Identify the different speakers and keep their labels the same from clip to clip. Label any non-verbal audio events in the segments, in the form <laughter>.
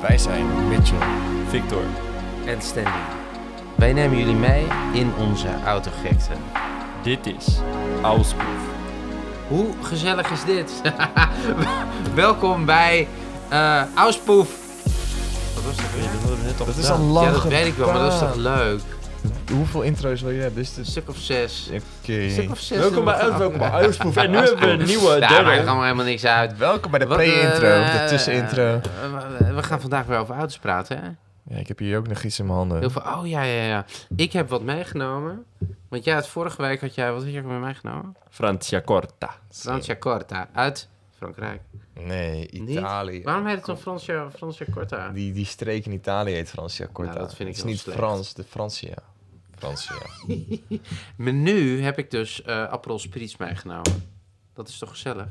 Speaker 1: Wij zijn Mitchell.
Speaker 2: Victor.
Speaker 3: en Stanley. Wij nemen jullie mee in onze autogekte.
Speaker 2: Dit is Ausproef.
Speaker 3: Hoe gezellig is dit? <laughs> Welkom bij eh Auspoef. Wat was dat weer?
Speaker 1: Dat is al lang
Speaker 3: Ja, dat weet ik wel, maar dat is toch
Speaker 1: gedaan.
Speaker 3: leuk?
Speaker 1: Hoeveel intro's wil je hebben? Dus Is eh,
Speaker 3: Een
Speaker 1: dit...
Speaker 3: stuk of zes.
Speaker 1: Oké.
Speaker 3: Een stuk of zes.
Speaker 1: Welkom bij
Speaker 3: doen we
Speaker 1: uit,
Speaker 3: gewoon.
Speaker 1: welkom bij Uitspoef.
Speaker 2: En nu hebben we een nieuwe
Speaker 3: Ja, maakt
Speaker 2: derde.
Speaker 3: allemaal helemaal niks uit.
Speaker 1: Welkom bij de
Speaker 3: Wat,
Speaker 1: pre-intro,
Speaker 3: eh,
Speaker 1: de tussenintro.
Speaker 3: eh, eh, We gaan vandaag weer over auto's praten, hè?
Speaker 1: Ja, ik heb hier ook nog iets in mijn handen.
Speaker 3: Heel veel, oh ja, ja, ja. Ik heb wat meegenomen. Want jij had vorige week, had jij, wat had je ook weer meegenomen?
Speaker 2: Francia Corta.
Speaker 3: Francia Corta uit Frankrijk.
Speaker 1: Nee,
Speaker 3: Niet?
Speaker 1: Italië.
Speaker 3: Waarom heet het dan Francia, Francia Corta?
Speaker 1: Die, die streek in Italië heet Francia Corta.
Speaker 3: Nou, dat vind
Speaker 1: het
Speaker 3: ik
Speaker 1: is
Speaker 3: heel
Speaker 1: niet
Speaker 3: slecht.
Speaker 1: Frans, de Francia. Francia.
Speaker 3: Maar nu heb ik dus eh Aperol Spritz meegenomen. Dat is toch gezellig?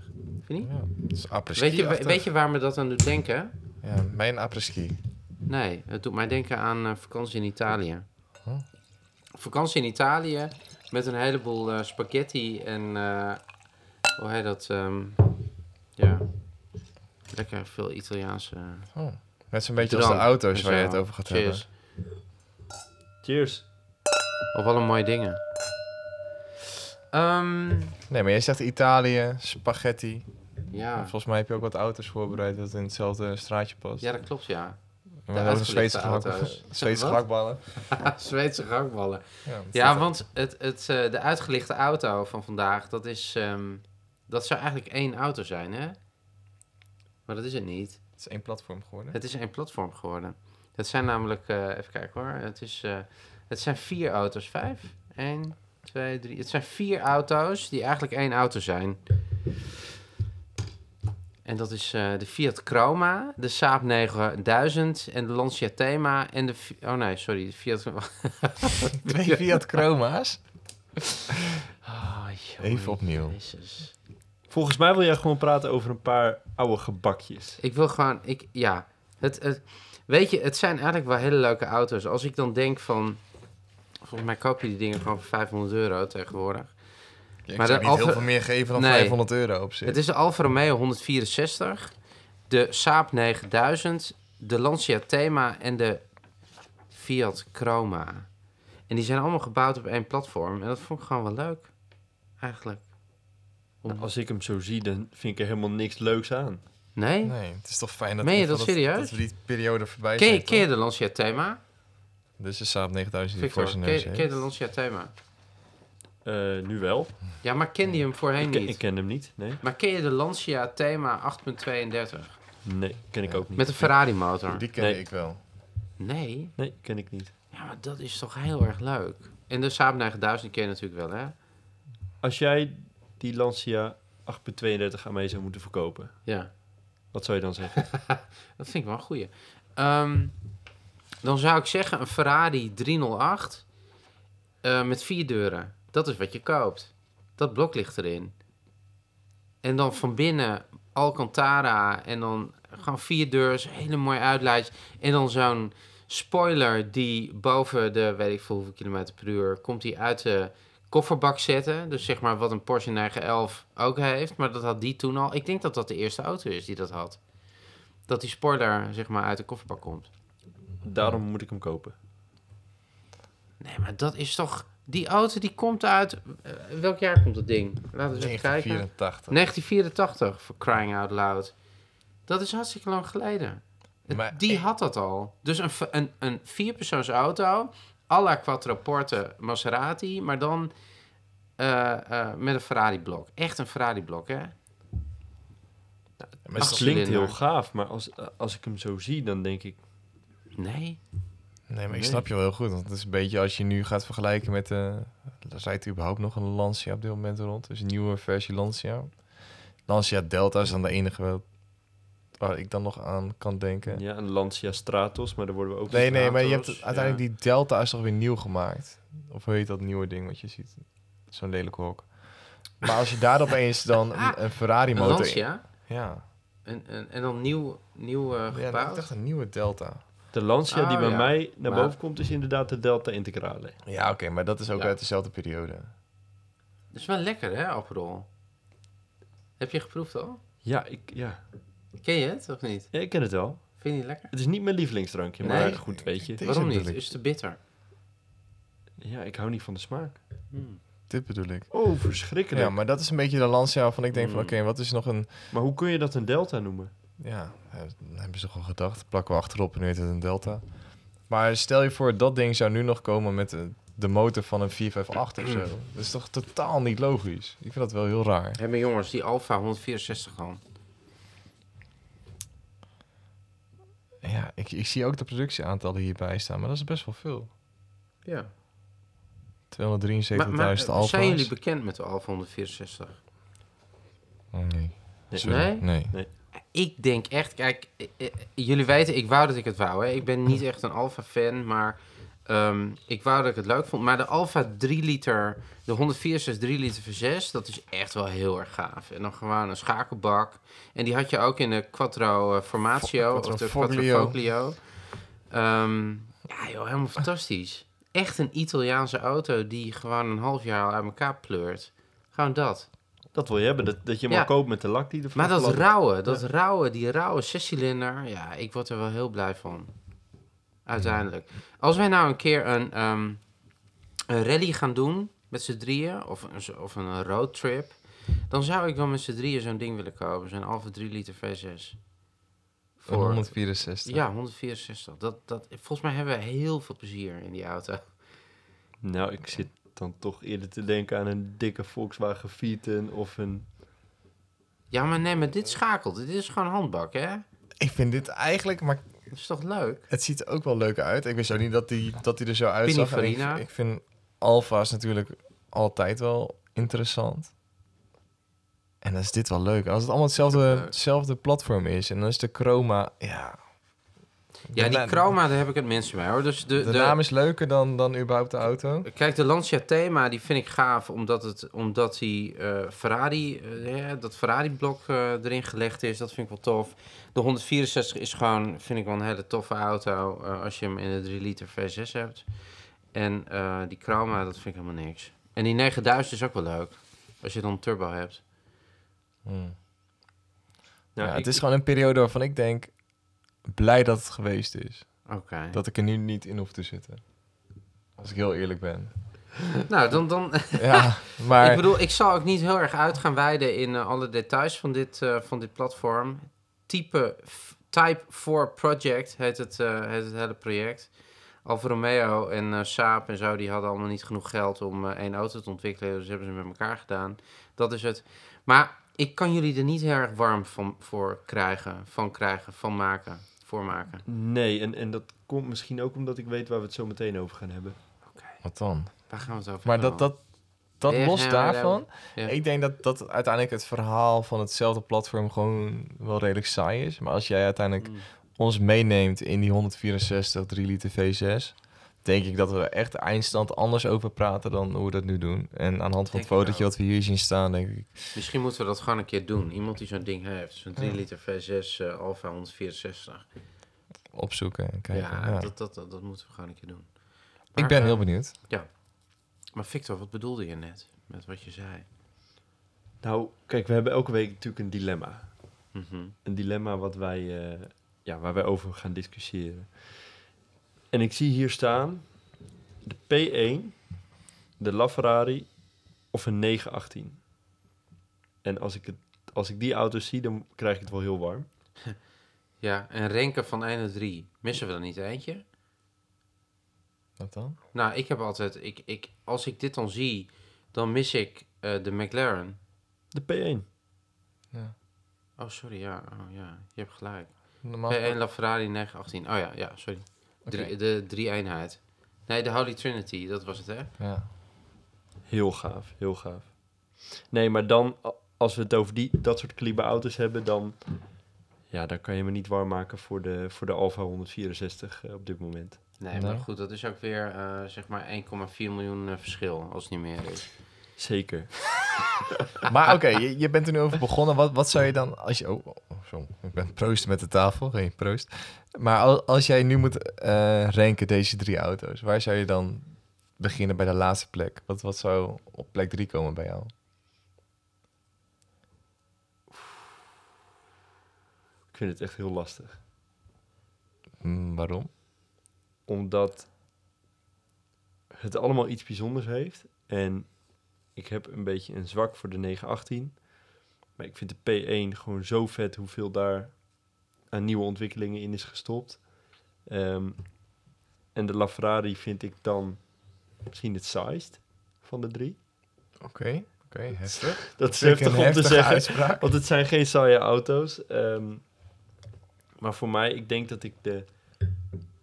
Speaker 3: Vind je niet?
Speaker 1: Ja, het is apres-ski
Speaker 3: Weet je,
Speaker 1: achter.
Speaker 3: weet je waar me dat aan doet denken?
Speaker 1: Ja, mijn apres-ski.
Speaker 3: Nee, het doet mij denken aan eh, vakantie in Italië.
Speaker 1: Huh?
Speaker 3: Vakantie in Italië met een heleboel eh, spaghetti en... eh, hoe heet dat? ehm, ja. Lekker veel Italiaanse... eh,
Speaker 1: Oh, Net zo'n beetje als de
Speaker 3: drank
Speaker 1: auto's
Speaker 3: en
Speaker 1: waar je
Speaker 3: zo.
Speaker 1: het over gaat
Speaker 3: Cheers.
Speaker 1: hebben.
Speaker 2: Cheers.
Speaker 3: Of alle mooie dingen. Ehm,
Speaker 1: Nee, maar jij zegt Italië, spaghetti.
Speaker 3: ja.
Speaker 1: Volgens mij heb je ook wat auto's voorbereid dat in hetzelfde straatje past.
Speaker 3: ja, dat klopt, ja. <laughs>
Speaker 1: maar dat is Zweedse,
Speaker 3: uitgelichte
Speaker 1: vlak-
Speaker 3: auto's.
Speaker 1: <laughs> Zweedse
Speaker 3: Wat?
Speaker 1: vlakballen.
Speaker 3: Zweedse gangballen.
Speaker 1: Ja, dat
Speaker 3: Ja,
Speaker 1: is-
Speaker 3: want het, het, eh, de uitgelichte auto van vandaag, dat is... ehm, dat zou eigenlijk één auto zijn, hè? Maar dat is het niet.
Speaker 1: het is één platform geworden.
Speaker 3: Het is één platform geworden. Het zijn namelijk... eh, even kijken hoor. Het, is, eh, het zijn vier auto's. Vijf? Eén, twee, drie... Het zijn vier auto's die eigenlijk één auto zijn. En dat is eh, de Fiat Chroma, de Saab 9000 en de Lancia Thema en de... Fi- Oh nee, sorry, de Fiat...
Speaker 1: <laughs>
Speaker 3: <laughs>
Speaker 1: Twee Fiat Chroma's.
Speaker 3: Ah, jongen,
Speaker 1: Even opnieuw.
Speaker 3: Jezus.
Speaker 2: Volgens mij wil jij gewoon praten over een paar oude gebakjes.
Speaker 3: Ik wil gewoon, ik, ja. Het, het, weet je, het zijn eigenlijk wel hele leuke auto's. Als ik dan denk van, volgens mij koop je die dingen gewoon voor 500 euro tegenwoordig.
Speaker 1: Ja, ik
Speaker 3: Maar
Speaker 1: zou
Speaker 3: de
Speaker 1: niet heel
Speaker 3: Alfa-
Speaker 1: veel meer geven dan
Speaker 3: Nee.
Speaker 1: 500 euro op zich.
Speaker 3: Het is de Alfa Romeo 164, de Saab 9000, de Lancia Thema en de Fiat Chroma. En die zijn allemaal gebouwd op één platform. En dat vond ik gewoon wel leuk, eigenlijk.
Speaker 2: Nou, als ik hem zo zie, dan vind ik er helemaal niks leuks aan.
Speaker 3: Nee?
Speaker 1: Nee, het is toch fijn dat,
Speaker 3: Meen je
Speaker 1: in ieder
Speaker 3: dat
Speaker 1: geval
Speaker 3: serieus?
Speaker 1: dat we die periode voorbij
Speaker 3: Ken
Speaker 1: zijn.
Speaker 3: je, ken je
Speaker 1: toch?
Speaker 3: de Lancia Thema?
Speaker 1: Dus de Saab 9000 die
Speaker 3: Victor,
Speaker 1: voor
Speaker 3: ken,
Speaker 1: zijn
Speaker 3: je-
Speaker 1: neus
Speaker 3: ken je
Speaker 1: heeft.
Speaker 3: de Lancia Thema?
Speaker 2: Eh, nu wel.
Speaker 3: Ja, maar kende je hem voorheen
Speaker 2: Ik ken,
Speaker 3: niet?
Speaker 2: ik ken hem niet. Nee.
Speaker 3: Maar ken je de Lancia Thema 8.32?
Speaker 2: Nee, ken ik ook niet.
Speaker 3: Met een Ferrari motor?
Speaker 1: Die ken
Speaker 2: Nee.
Speaker 1: ik wel.
Speaker 3: Nee?
Speaker 2: Nee, ken ik niet.
Speaker 3: Ja, maar dat is toch heel erg leuk. En de Saab 9000 ken je natuurlijk wel, hè?
Speaker 2: Als jij die Lancia 8.32 aan mij zou moeten verkopen,
Speaker 3: Ja,
Speaker 2: wat zou je dan zeggen?
Speaker 3: dat vind ik wel een goeie. Ehm, dan zou ik zeggen een Ferrari 308 eh, met vier deuren. Dat is wat je koopt. Dat blok ligt erin. En dan van binnen Alcantara en dan gewoon vier deurs, hele mooie uitlaatjes. En dan zo'n spoiler die boven de, weet ik veel hoeveel kilometer per uur, komt die uit de kofferbak zetten. Dus zeg maar wat een Porsche 911 ook heeft, maar dat had die toen al. Ik denk dat dat de eerste auto is die dat had. Dat die spoiler zeg maar uit de kofferbak komt.
Speaker 2: Daarom moet ik hem kopen.
Speaker 3: Nee, maar dat is toch, die auto die komt uit, eh, welk jaar komt dat ding? Laten we eens even kijken.
Speaker 1: 1984.
Speaker 3: 1984, voor crying out loud. Dat is hartstikke lang geleden. Het-
Speaker 1: Maar
Speaker 3: die
Speaker 1: ik-
Speaker 3: had dat al. Dus een, v- een, een vierpersoons auto, à la Quattroporte Maserati, maar dan eh, eh, met een Ferrari-blok. Echt een Ferrari-blok, hè?
Speaker 1: Maar
Speaker 3: Ach,
Speaker 1: is-
Speaker 2: Klinkt heel
Speaker 3: Achtcilinder.
Speaker 2: gaaf, maar als, als ik hem zo zie, dan denk ik...
Speaker 3: Nee.
Speaker 1: Nee, maar ik
Speaker 2: Nee.
Speaker 1: snap je wel heel goed. Want het is een beetje als je nu gaat vergelijken met... eh rijdt er überhaupt nog een Lancia op dit moment rond? Dus een nieuwe versie Lancia. Lancia Delta is dan de enige wel- waar ik dan nog aan kan denken.
Speaker 2: Ja, een Lancia Stratos, maar daar worden we ook
Speaker 1: nee, nee, maar je hebt
Speaker 2: Stratos,
Speaker 1: het-
Speaker 2: ja.
Speaker 1: uiteindelijk die Delta is toch weer nieuw gemaakt? Of hoe heet dat nieuwe ding wat je ziet? Zo'n lelijke hok. Maar als je daar opeens
Speaker 3: <laughs>
Speaker 1: dan een, een Ferrari
Speaker 3: Een
Speaker 1: motor...
Speaker 3: Ah, Lancia.
Speaker 1: Ja.
Speaker 3: En, en, en dan nieuw, nieuw eh,
Speaker 1: ja, ik
Speaker 3: gebouwd.
Speaker 1: dacht een nieuwe Delta.
Speaker 2: De Lancia die
Speaker 3: Oh,
Speaker 2: bij
Speaker 3: ja.
Speaker 2: mij naar
Speaker 3: Maar-
Speaker 2: boven komt is inderdaad de Delta Integrale.
Speaker 1: Ja, oké, maar dat is ook
Speaker 2: Ja.
Speaker 1: uit dezelfde periode.
Speaker 3: Dat is wel lekker, hè, Aperol? Heb je geproefd al?
Speaker 2: Ja, ik, ja.
Speaker 3: Ken je het, of niet?
Speaker 2: Ja, ik ken het wel.
Speaker 3: Vind Vind je niet lekker?
Speaker 2: Het is niet mijn lievelingsdrankje, maar
Speaker 3: Nee.
Speaker 2: goed, weet je.
Speaker 1: Dit
Speaker 3: Waarom
Speaker 1: bedoel
Speaker 3: niet?
Speaker 1: ik.
Speaker 3: Is te bitter.
Speaker 2: Ja, ik hou niet van de smaak.
Speaker 1: Dit bedoel ik.
Speaker 2: Oh, verschrikkelijk.
Speaker 1: Ja, maar dat is een beetje de Lancia waarvan ik denk van...
Speaker 2: Mm.
Speaker 1: Oké, wat is nog een...
Speaker 2: Maar hoe kun je dat een delta noemen?
Speaker 1: Ja, eh, dan hebben ze toch al gedacht. Plakken we achterop en nu heet het een Delta. Maar stel je voor, dat ding zou nu nog komen met de, de motor van een 458 of zo. Dat is toch totaal niet logisch? Ik vind dat wel heel raar.
Speaker 3: Hebben jongens die Alfa 164 gewoon.
Speaker 1: Ja, ik, ik zie ook de productieaantallen hierbij staan, maar dat is best wel veel.
Speaker 3: Ja.
Speaker 1: 273.000
Speaker 3: Maar, maar eh,
Speaker 1: alfa's.
Speaker 3: zijn jullie bekend met de Alfa 164?
Speaker 1: Oh, nee.
Speaker 2: Nee.
Speaker 1: Sorry.
Speaker 3: Nee?
Speaker 1: Nee.
Speaker 3: Ik denk echt, kijk, eh, eh, jullie weten, ik wou dat ik het wou. Hè. Ik ben niet echt een Alfa-fan, maar ehm, ik wou dat ik het leuk vond. Maar de Alfa 3 liter, de 164 3 liter V6, dat is echt wel heel erg gaaf. En dan gewoon een schakelbak. En die had je ook in de Quattro eh, Formatio,
Speaker 1: Quattro
Speaker 3: of de
Speaker 1: Foglio.
Speaker 3: Quattro Foglio. Ehm, ja joh, helemaal fantastisch. Echt een Italiaanse auto die gewoon een half jaar al uit elkaar pleurt. Gewoon dat.
Speaker 2: Dat wil je hebben, dat, dat je hem
Speaker 3: Ja.
Speaker 2: al koopt met de lak die ervan
Speaker 3: Maar dat
Speaker 2: fladdert.
Speaker 3: rauwe, dat rauwe, die rauwe zescilinder, ja, ik word er wel heel blij van. Uiteindelijk. Als wij nou een keer een, ehm, een rally gaan doen met z'n drieën, of een, of een roadtrip, dan zou ik wel met z'n drieën zo'n ding willen kopen, zo'n halve 3 liter V6.
Speaker 1: Voor 164.
Speaker 3: Ja, 164. Dat, dat, volgens mij hebben we heel veel plezier in die auto.
Speaker 2: Nou, ik zit dan toch eerder te denken aan een dikke Volkswagen Vieten of een...
Speaker 3: Ja, maar nee, maar dit schakelt. Dit is gewoon handbak, hè?
Speaker 1: Ik vind dit eigenlijk, maar
Speaker 3: Dat is toch leuk?
Speaker 1: Het ziet er ook wel leuk uit. Ik wist ook niet dat die, dat die er zo uitzag. En ik,
Speaker 3: Pininfarina.
Speaker 1: ik vind alfa's natuurlijk altijd wel interessant. En dan is dit wel leuk. Als het allemaal hetzelfde, hetzelfde platform is en dan is de chroma... Ja,
Speaker 3: Ja, die
Speaker 1: na-
Speaker 3: chroma, daar heb ik het minste mee, hoor. Dus de, Nou,
Speaker 1: de, naam is leuker dan, dan überhaupt de auto.
Speaker 3: Kijk, de Lancia Thema, die vind ik gaaf, omdat, het, omdat die eh, Ferrari, eh, hè, dat Ferrari-blok eh, erin gelegd is. Dat vind ik wel tof. De 164 is gewoon, vind ik wel een hele toffe auto, eh, als je hem in de 3 liter V6 hebt. En eh, die Chroma, dat vind ik helemaal niks. En die 9000 is ook wel leuk, als je dan een turbo hebt.
Speaker 1: Hmm.
Speaker 2: Nou,
Speaker 1: ja,
Speaker 2: ik-
Speaker 1: het is gewoon een periode waarvan ik denk... blij dat het geweest is.
Speaker 3: Oké.
Speaker 1: Dat ik er nu niet in hoef te zitten. Als ik heel eerlijk
Speaker 3: <laughs>
Speaker 1: ben.
Speaker 3: Nou, dan, dan,
Speaker 1: Ja, maar...
Speaker 3: Ik bedoel, ik zal ook niet heel erg uit gaan wijden in eh, alle details van dit, eh, van dit platform. Type, f- type 4 Project heet het, eh, heet het hele project. Alfa Romeo en eh, Saab en zo, die hadden allemaal niet genoeg geld om eh, één auto te ontwikkelen. Dus hebben ze met elkaar gedaan. Dat is het. Maar ik kan jullie er niet heel erg warm van, voor krijgen, van krijgen, van maken, voor maken.
Speaker 2: Nee, en, en dat komt misschien ook omdat ik weet waar we het zo meteen over gaan hebben.
Speaker 3: Oké,
Speaker 1: Wat dan?
Speaker 3: waar gaan we het over
Speaker 1: Maar dat,
Speaker 3: hebben?
Speaker 1: dat, dat
Speaker 3: Ja,
Speaker 1: los
Speaker 3: ja,
Speaker 1: daarvan,
Speaker 3: ja.
Speaker 1: ik denk dat, dat uiteindelijk het verhaal van hetzelfde platform gewoon wel redelijk saai is. Maar als jij uiteindelijk
Speaker 3: Mm.
Speaker 1: ons meeneemt in die 164 3 liter V6, denk ik dat we er echt de eindstand anders over praten dan hoe we dat nu doen. En aan de hand van het
Speaker 3: Denk ik
Speaker 1: fotootje
Speaker 3: ook.
Speaker 1: wat we hier zien staan, denk ik,
Speaker 3: Misschien moeten we dat gewoon een keer doen. Iemand die zo'n ding heeft. Zo'n 3 liter V6 eh Alfa 164.
Speaker 1: opzoeken en kijken.
Speaker 3: ja,
Speaker 1: Ja.
Speaker 3: Dat, dat, dat, dat moeten we gewoon een keer doen.
Speaker 1: ik
Speaker 3: Maar,
Speaker 1: ben
Speaker 3: eh,
Speaker 1: heel benieuwd.
Speaker 3: Maar Victor, wat bedoelde je net met wat je zei?
Speaker 2: Nou, kijk, we hebben elke week natuurlijk een dilemma.
Speaker 3: Mhm.
Speaker 2: Een dilemma wat wij, eh, ja, waar wij over gaan discussiëren. En ik zie hier staan de P1, de LaFerrari of een 918. En als ik, het, als ik die auto's zie, dan krijg ik het wel heel warm.
Speaker 3: Ja, en Renke van 1 naar 3. Missen we er niet eentje?
Speaker 1: Wat dan?
Speaker 3: Nou, ik heb altijd... Ik, ik, als ik dit dan zie, dan mis ik eh, de McLaren.
Speaker 2: De P1.
Speaker 3: Oh, sorry, ja. Oh, ja. Je hebt gelijk.
Speaker 1: Normaal.
Speaker 3: P1 LaFerrari 918. Oh ja, ja, sorry. Drie, de drie-eenheid. Nee, de Holy Trinity, dat was het, hè?
Speaker 1: Ja.
Speaker 2: Heel gaaf, heel gaaf. Nee, maar dan, a- als we het over die, dat soort kaliber auto's hebben, dan, ja, dan kan je me niet warm maken voor de, voor de Alfa 164 eh, op dit moment.
Speaker 3: Nee,
Speaker 1: Nee.
Speaker 3: maar goed, dat is ook weer eh, zeg maar 1,4 miljoen eh, verschil, als het niet meer is.
Speaker 2: Zeker.
Speaker 1: Maar oké, je, je bent er nu over begonnen. Wat, wat zou je dan als je. Oh, oh, zo, ik ben proost met de tafel, geen proost. Maar al- als jij nu moet eh ranken deze drie auto's, waar zou je dan beginnen bij de laatste plek? Wat, wat zou op plek drie komen bij jou?
Speaker 2: Ik vind het echt heel lastig.
Speaker 1: Hmm, waarom?
Speaker 2: Omdat het allemaal iets bijzonders heeft. En ik heb een beetje een zwak voor de 918. Maar ik vind de P1 gewoon zo vet hoeveel daar aan nieuwe ontwikkelingen in is gestopt. Ehm, en de LaFerrari vind ik dan misschien het saaist van de drie.
Speaker 1: Oké, oké, heftig.
Speaker 2: Dat is
Speaker 1: Vind ik
Speaker 2: heftig
Speaker 1: een
Speaker 2: om te
Speaker 1: heftige
Speaker 2: zeggen.
Speaker 1: uitspraak.
Speaker 2: <laughs> Want het zijn geen saaie auto's. ehm, maar voor mij, ik denk dat ik de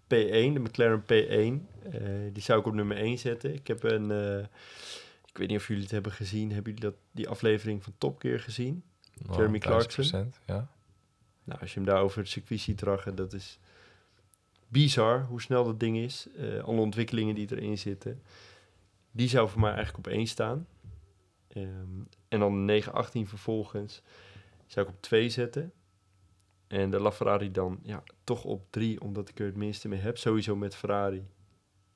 Speaker 2: P1, de McLaren P1, eh, die zou ik op nummer 1 zetten. Ik heb een, eh, ik weet niet of jullie het hebben gezien. Hebben jullie dat, die aflevering van Top Gear gezien?
Speaker 1: Nou,
Speaker 2: Jeremy Clarkson.
Speaker 1: 1000%, Ja.
Speaker 2: Nou, als je hem daar over het circuit ziet ragen, dat is bizar hoe snel dat ding is. Eh, alle ontwikkelingen die erin zitten. Die zou voor mij eigenlijk op één staan. Ehm, en dan de 9-18 vervolgens zou ik op 2 zetten. En de LaFerrari dan ja, toch op 3, omdat ik er het minste mee heb. Sowieso met Ferrari.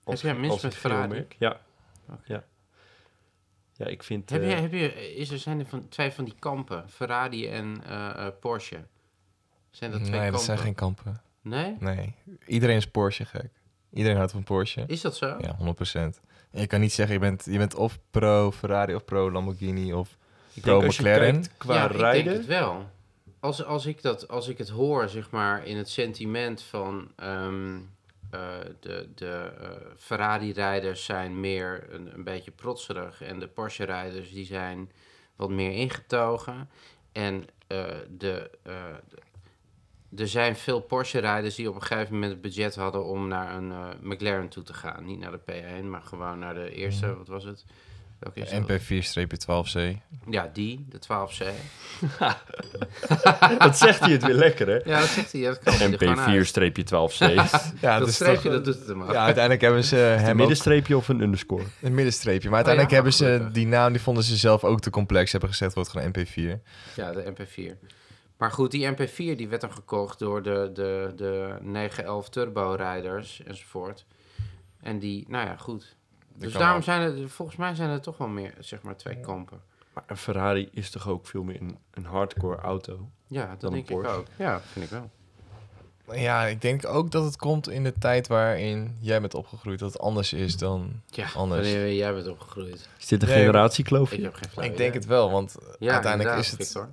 Speaker 3: jij het minst met
Speaker 2: geel
Speaker 3: Ferrari?
Speaker 2: merk. Ja.
Speaker 3: Oké.
Speaker 2: ja. Ja, ik vind...
Speaker 3: Heb
Speaker 2: eh,
Speaker 3: je, heb je, is er zijn er van, twee van die kampen, Ferrari en eh, eh, Porsche? Zijn dat
Speaker 1: nee,
Speaker 3: twee
Speaker 1: dat
Speaker 3: kampen?
Speaker 1: zijn geen kampen.
Speaker 3: Nee?
Speaker 1: Nee. Iedereen is Porsche gek. Iedereen houdt van Porsche.
Speaker 3: Is dat zo?
Speaker 1: Ja, 100%. Je kan niet zeggen, je bent, je bent of pro Ferrari of pro Lamborghini of
Speaker 2: ik
Speaker 1: pro
Speaker 2: denk als je
Speaker 1: McLaren.
Speaker 2: kijkt qua
Speaker 3: ja, ik
Speaker 2: rijden...
Speaker 3: denk het wel. Als, als, ik dat, als ik het hoor, zeg maar, in het sentiment van ehm, eh, de, de eh, Ferrari-rijders zijn meer een, een beetje protserig en de Porsche-rijders die zijn wat meer ingetogen. En eh, de, eh, de- er zijn veel Porsche-rijders die op een gegeven moment het budget hadden om naar een eh, McLaren toe te gaan. Niet naar de P1, maar gewoon naar de eerste,
Speaker 2: Mhm.
Speaker 3: wat was het? Welke is dat?
Speaker 1: MP4-12C.
Speaker 3: Ja, die, de 12C.
Speaker 2: <laughs> Wat zegt hij het weer lekker, hè?
Speaker 3: Ja, dat zegt hij. Dat kan hij er gewoon uit. <laughs>
Speaker 2: MP4-12C.
Speaker 1: Ja,
Speaker 3: dat
Speaker 1: is
Speaker 3: streepje,
Speaker 1: dus toch- eh,
Speaker 3: dat doet het hem af.
Speaker 1: Ja, uiteindelijk hebben <laughs> ze
Speaker 2: Een
Speaker 1: hem ook-
Speaker 2: middenstreepje of een underscore?
Speaker 1: een middenstreepje. Maar
Speaker 3: Oh ja,
Speaker 1: uiteindelijk hebben ze
Speaker 3: gelukkig.
Speaker 1: die naam, die vonden ze zelf ook te complex. Hebben gezegd, wordt gewoon MP4.
Speaker 3: Ja, de MP4. Maar goed, die MP4 die werd dan gekocht door de, de, de 911 turbo-rijders enzovoort. En die, nou ja, goed. Dus
Speaker 1: kan
Speaker 3: daarom
Speaker 1: wel.
Speaker 3: zijn er, volgens mij zijn er toch wel meer, zeg maar, twee kampen.
Speaker 2: Maar een Ferrari is toch ook veel meer een, een hardcore auto?
Speaker 3: Ja, dat
Speaker 2: Dan een
Speaker 3: denk ik
Speaker 2: Porsche.
Speaker 3: ook. Ja, vind ik wel.
Speaker 1: Ja, ik denk ook dat het komt in de tijd waarin jij bent opgegroeid. Dat het anders is dan
Speaker 3: Ja,
Speaker 1: anders.
Speaker 3: wanneer eh, jij bent opgegroeid.
Speaker 2: Is dit een
Speaker 1: Nee,
Speaker 2: generatiekloof?
Speaker 3: Ik heb geen flauw
Speaker 1: Ik denk het wel, want
Speaker 3: Ja,
Speaker 1: uiteindelijk is
Speaker 3: inderdaad,
Speaker 1: het
Speaker 3: Victor.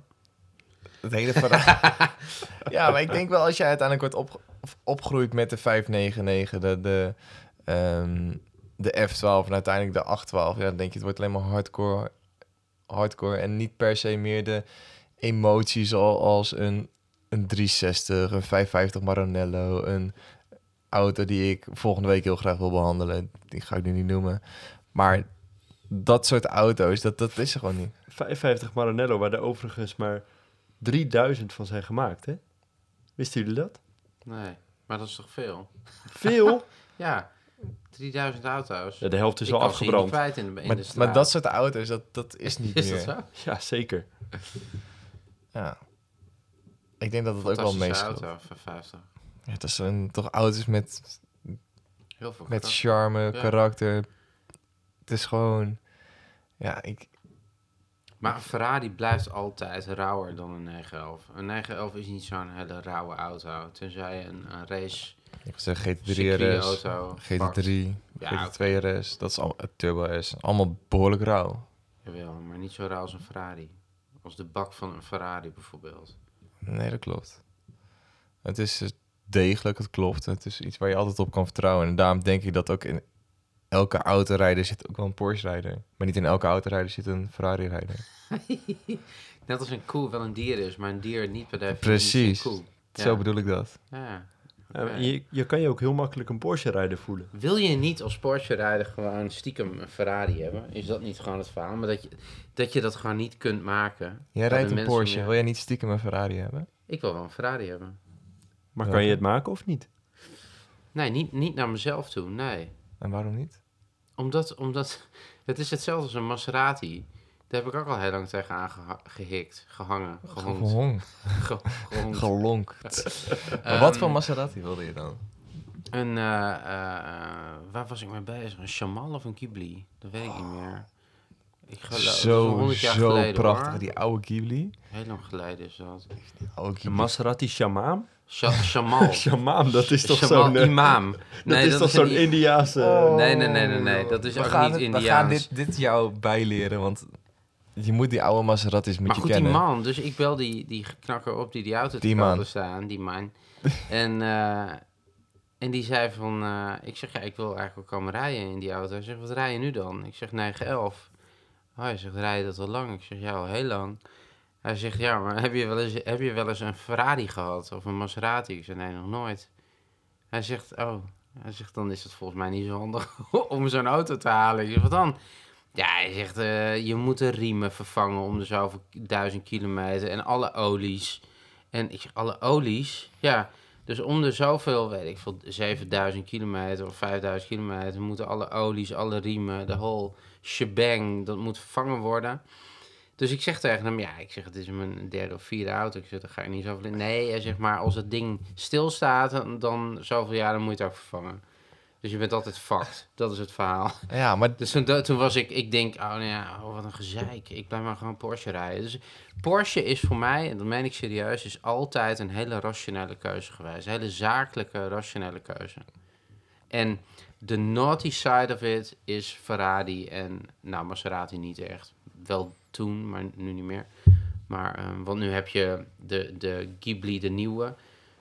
Speaker 1: het hele verhaal. <laughs> ja, maar ik denk wel als je uiteindelijk wordt op, of opgegroeid met de 599, de, de, ehm, de F12 en uiteindelijk de 812, ja, dan denk je het wordt alleen maar hardcore, hardcore en niet per se meer de emoties al als een, een 360, een 550 Maranello, een auto die ik volgende week heel graag wil behandelen. Die ga ik nu niet noemen. Maar dat soort auto's, dat, dat is er gewoon niet.
Speaker 2: 55 Maranello, waar er overigens maar 3000 van zijn gemaakt, hè? Wisten jullie dat?
Speaker 3: Nee, maar dat is toch veel? <laughs>
Speaker 2: Veel?
Speaker 3: Ja, 3000 auto's.
Speaker 2: Ja, de helft is
Speaker 3: Ik
Speaker 2: al
Speaker 3: kan ze hier niet
Speaker 2: afgebrand.
Speaker 3: kwijt in de, in
Speaker 1: Maar,
Speaker 3: de straat.
Speaker 1: maar dat soort auto's, dat, dat is
Speaker 3: <laughs>
Speaker 1: niet
Speaker 3: Is
Speaker 1: meer.
Speaker 3: dat zo?
Speaker 2: Ja, zeker.
Speaker 1: Ja. Ik denk dat het ook wel
Speaker 3: Fantastische
Speaker 1: meespeelt.
Speaker 3: auto van 50.
Speaker 1: Ja, het is een, toch auto's met,
Speaker 3: Heel veel
Speaker 1: met
Speaker 3: met
Speaker 1: charme,
Speaker 3: Ja.
Speaker 1: karakter. Het is gewoon... Ja, ik...
Speaker 3: Maar een Ferrari blijft altijd rauwer dan een 911. Een 911 is niet zo'n hele rauwe auto. Tenzij je een, een race
Speaker 1: Ik zeg GT3
Speaker 3: circuit
Speaker 1: RS,
Speaker 3: auto
Speaker 1: GT3,
Speaker 3: Ja,
Speaker 1: GT2 RS, dat is al Turbo S. Allemaal behoorlijk rauw.
Speaker 3: Jawel, maar niet zo rauw als een Ferrari. Als de bak van een Ferrari bijvoorbeeld.
Speaker 1: Nee, dat klopt. Het is eh, degelijk, het klopt. Het is iets waar je altijd op kan vertrouwen. En daarom denk ik dat ook in elke autorijder zit ook wel een Porsche-rijder. Maar niet in elke autorijder zit een Ferrari-rijder.
Speaker 3: Net als een koe wel een dier is, maar een dier niet per definitie
Speaker 1: Precies.
Speaker 3: een koe. Ja.
Speaker 1: Zo bedoel ik dat.
Speaker 3: Ja.
Speaker 2: Ja, maar
Speaker 3: Oké.
Speaker 2: je, je kan je ook heel makkelijk een Porsche rijder voelen.
Speaker 3: Wil je niet als Porsche-rijder gewoon stiekem een Ferrari hebben? Is dat niet gewoon het verhaal? Maar dat je dat, je dat gewoon niet kunt maken.
Speaker 1: Jij
Speaker 3: Dat
Speaker 1: rijdt
Speaker 3: de
Speaker 1: een
Speaker 3: mensen
Speaker 1: Porsche.
Speaker 3: meer-
Speaker 1: Wil jij niet stiekem een Ferrari hebben?
Speaker 3: Ik wil wel een Ferrari hebben.
Speaker 2: Maar
Speaker 1: Ja.
Speaker 2: kan je het maken of niet?
Speaker 3: Nee, niet, niet naar mezelf toe, nee.
Speaker 1: En waarom niet?
Speaker 3: Omdat, omdat het is hetzelfde als een Maserati. Daar heb ik ook al heel lang tegen aangehikt, gehangen, gehongd.
Speaker 1: Gehong.
Speaker 3: <laughs> Ge- gehongd.
Speaker 1: Gelonkt.
Speaker 3: <laughs>
Speaker 1: Maar wat
Speaker 3: Ehm,
Speaker 1: voor Maserati wilde je dan?
Speaker 3: Een, eh, eh, eh, waar was ik mee bezig? Een Chamal of een Kibli? Dat weet ik niet meer. Ik geloof, dat is al
Speaker 1: Zo,
Speaker 3: 100 jaar
Speaker 1: zo
Speaker 3: geleden,
Speaker 1: prachtig.
Speaker 3: hoor.
Speaker 1: Die oude Ghibli.
Speaker 3: Heel lang geleden is dat.
Speaker 1: Oude
Speaker 2: Een Maserati Shamaan?
Speaker 3: Sha-
Speaker 2: <laughs>
Speaker 3: Shamal.
Speaker 2: Shamaan, dat is toch
Speaker 3: Shamal
Speaker 2: zo'n... eh,
Speaker 3: imam.
Speaker 2: <laughs> dat
Speaker 3: Nee,
Speaker 2: is
Speaker 3: dat
Speaker 2: toch
Speaker 3: is een
Speaker 2: zo'n
Speaker 3: i- Oh.
Speaker 2: Indiaanse...
Speaker 3: nee, nee, nee, nee, nee, dat is
Speaker 1: we
Speaker 3: ook
Speaker 1: gaan
Speaker 3: niet
Speaker 1: dit, We gaan
Speaker 3: Indiaans.
Speaker 1: dit, dit jou bijleren, want je moet die oude Maseratis moet
Speaker 3: Maar
Speaker 1: je
Speaker 3: goed,
Speaker 1: kennen.
Speaker 3: die man, dus ik bel die, die knakker op die die auto
Speaker 1: Die
Speaker 3: te
Speaker 1: man.
Speaker 3: hadden staan, die
Speaker 1: <laughs>
Speaker 3: man. en, eh, en die zei van, eh, ik zeg, ja, ik wil eigenlijk wel komen rijden in die auto. Hij zegt, wat rij je nu dan? Ik zeg, 911. Oh, hij zegt, rij je dat al lang? Ik zeg, ja, al heel lang. Hij zegt, ja, maar heb je wel eens, heb je wel eens een Ferrari gehad of een Maserati? Ik zeg, nee, nog nooit. Hij zegt, oh, hij zegt, dan is het volgens mij niet zo handig <laughs> om zo'n auto te halen. Ik zeg, wat dan? Ja, hij zegt, eh, je moet de riemen vervangen om de zoveel duizend kilometer en alle olies. En ik zeg, alle olies? Ja, dus om de zoveel, weet ik veel, 7000 kilometer of 5000 kilometer moeten alle olies, alle riemen, de whole shebang, dat moet vervangen worden. Dus ik zeg tegen hem, ja, ik zeg, het is mijn derde of vierde auto. Ik zeg, daar ga ik niet zoveel in. Nee, hij zegt, maar als het ding stilstaat, dan, dan zoveel jaar, dan moet je het ook vervangen. Dus je bent altijd fucked. Dat is het verhaal.
Speaker 1: Ja, maar
Speaker 3: Dus toen, toen was ik, ik denk, oh nou ja, oh, wat een gezeik. Ik blijf maar gewoon Porsche rijden. Dus Porsche is voor mij, en dat meen ik serieus, is altijd een hele rationele keuze geweest. Een hele zakelijke, rationele keuze. En de naughty side of it is Ferrari en, nou, Maserati niet echt. Wel toen, maar nu niet meer. Maar, eh, want nu heb je de, de Ghibli, de nieuwe,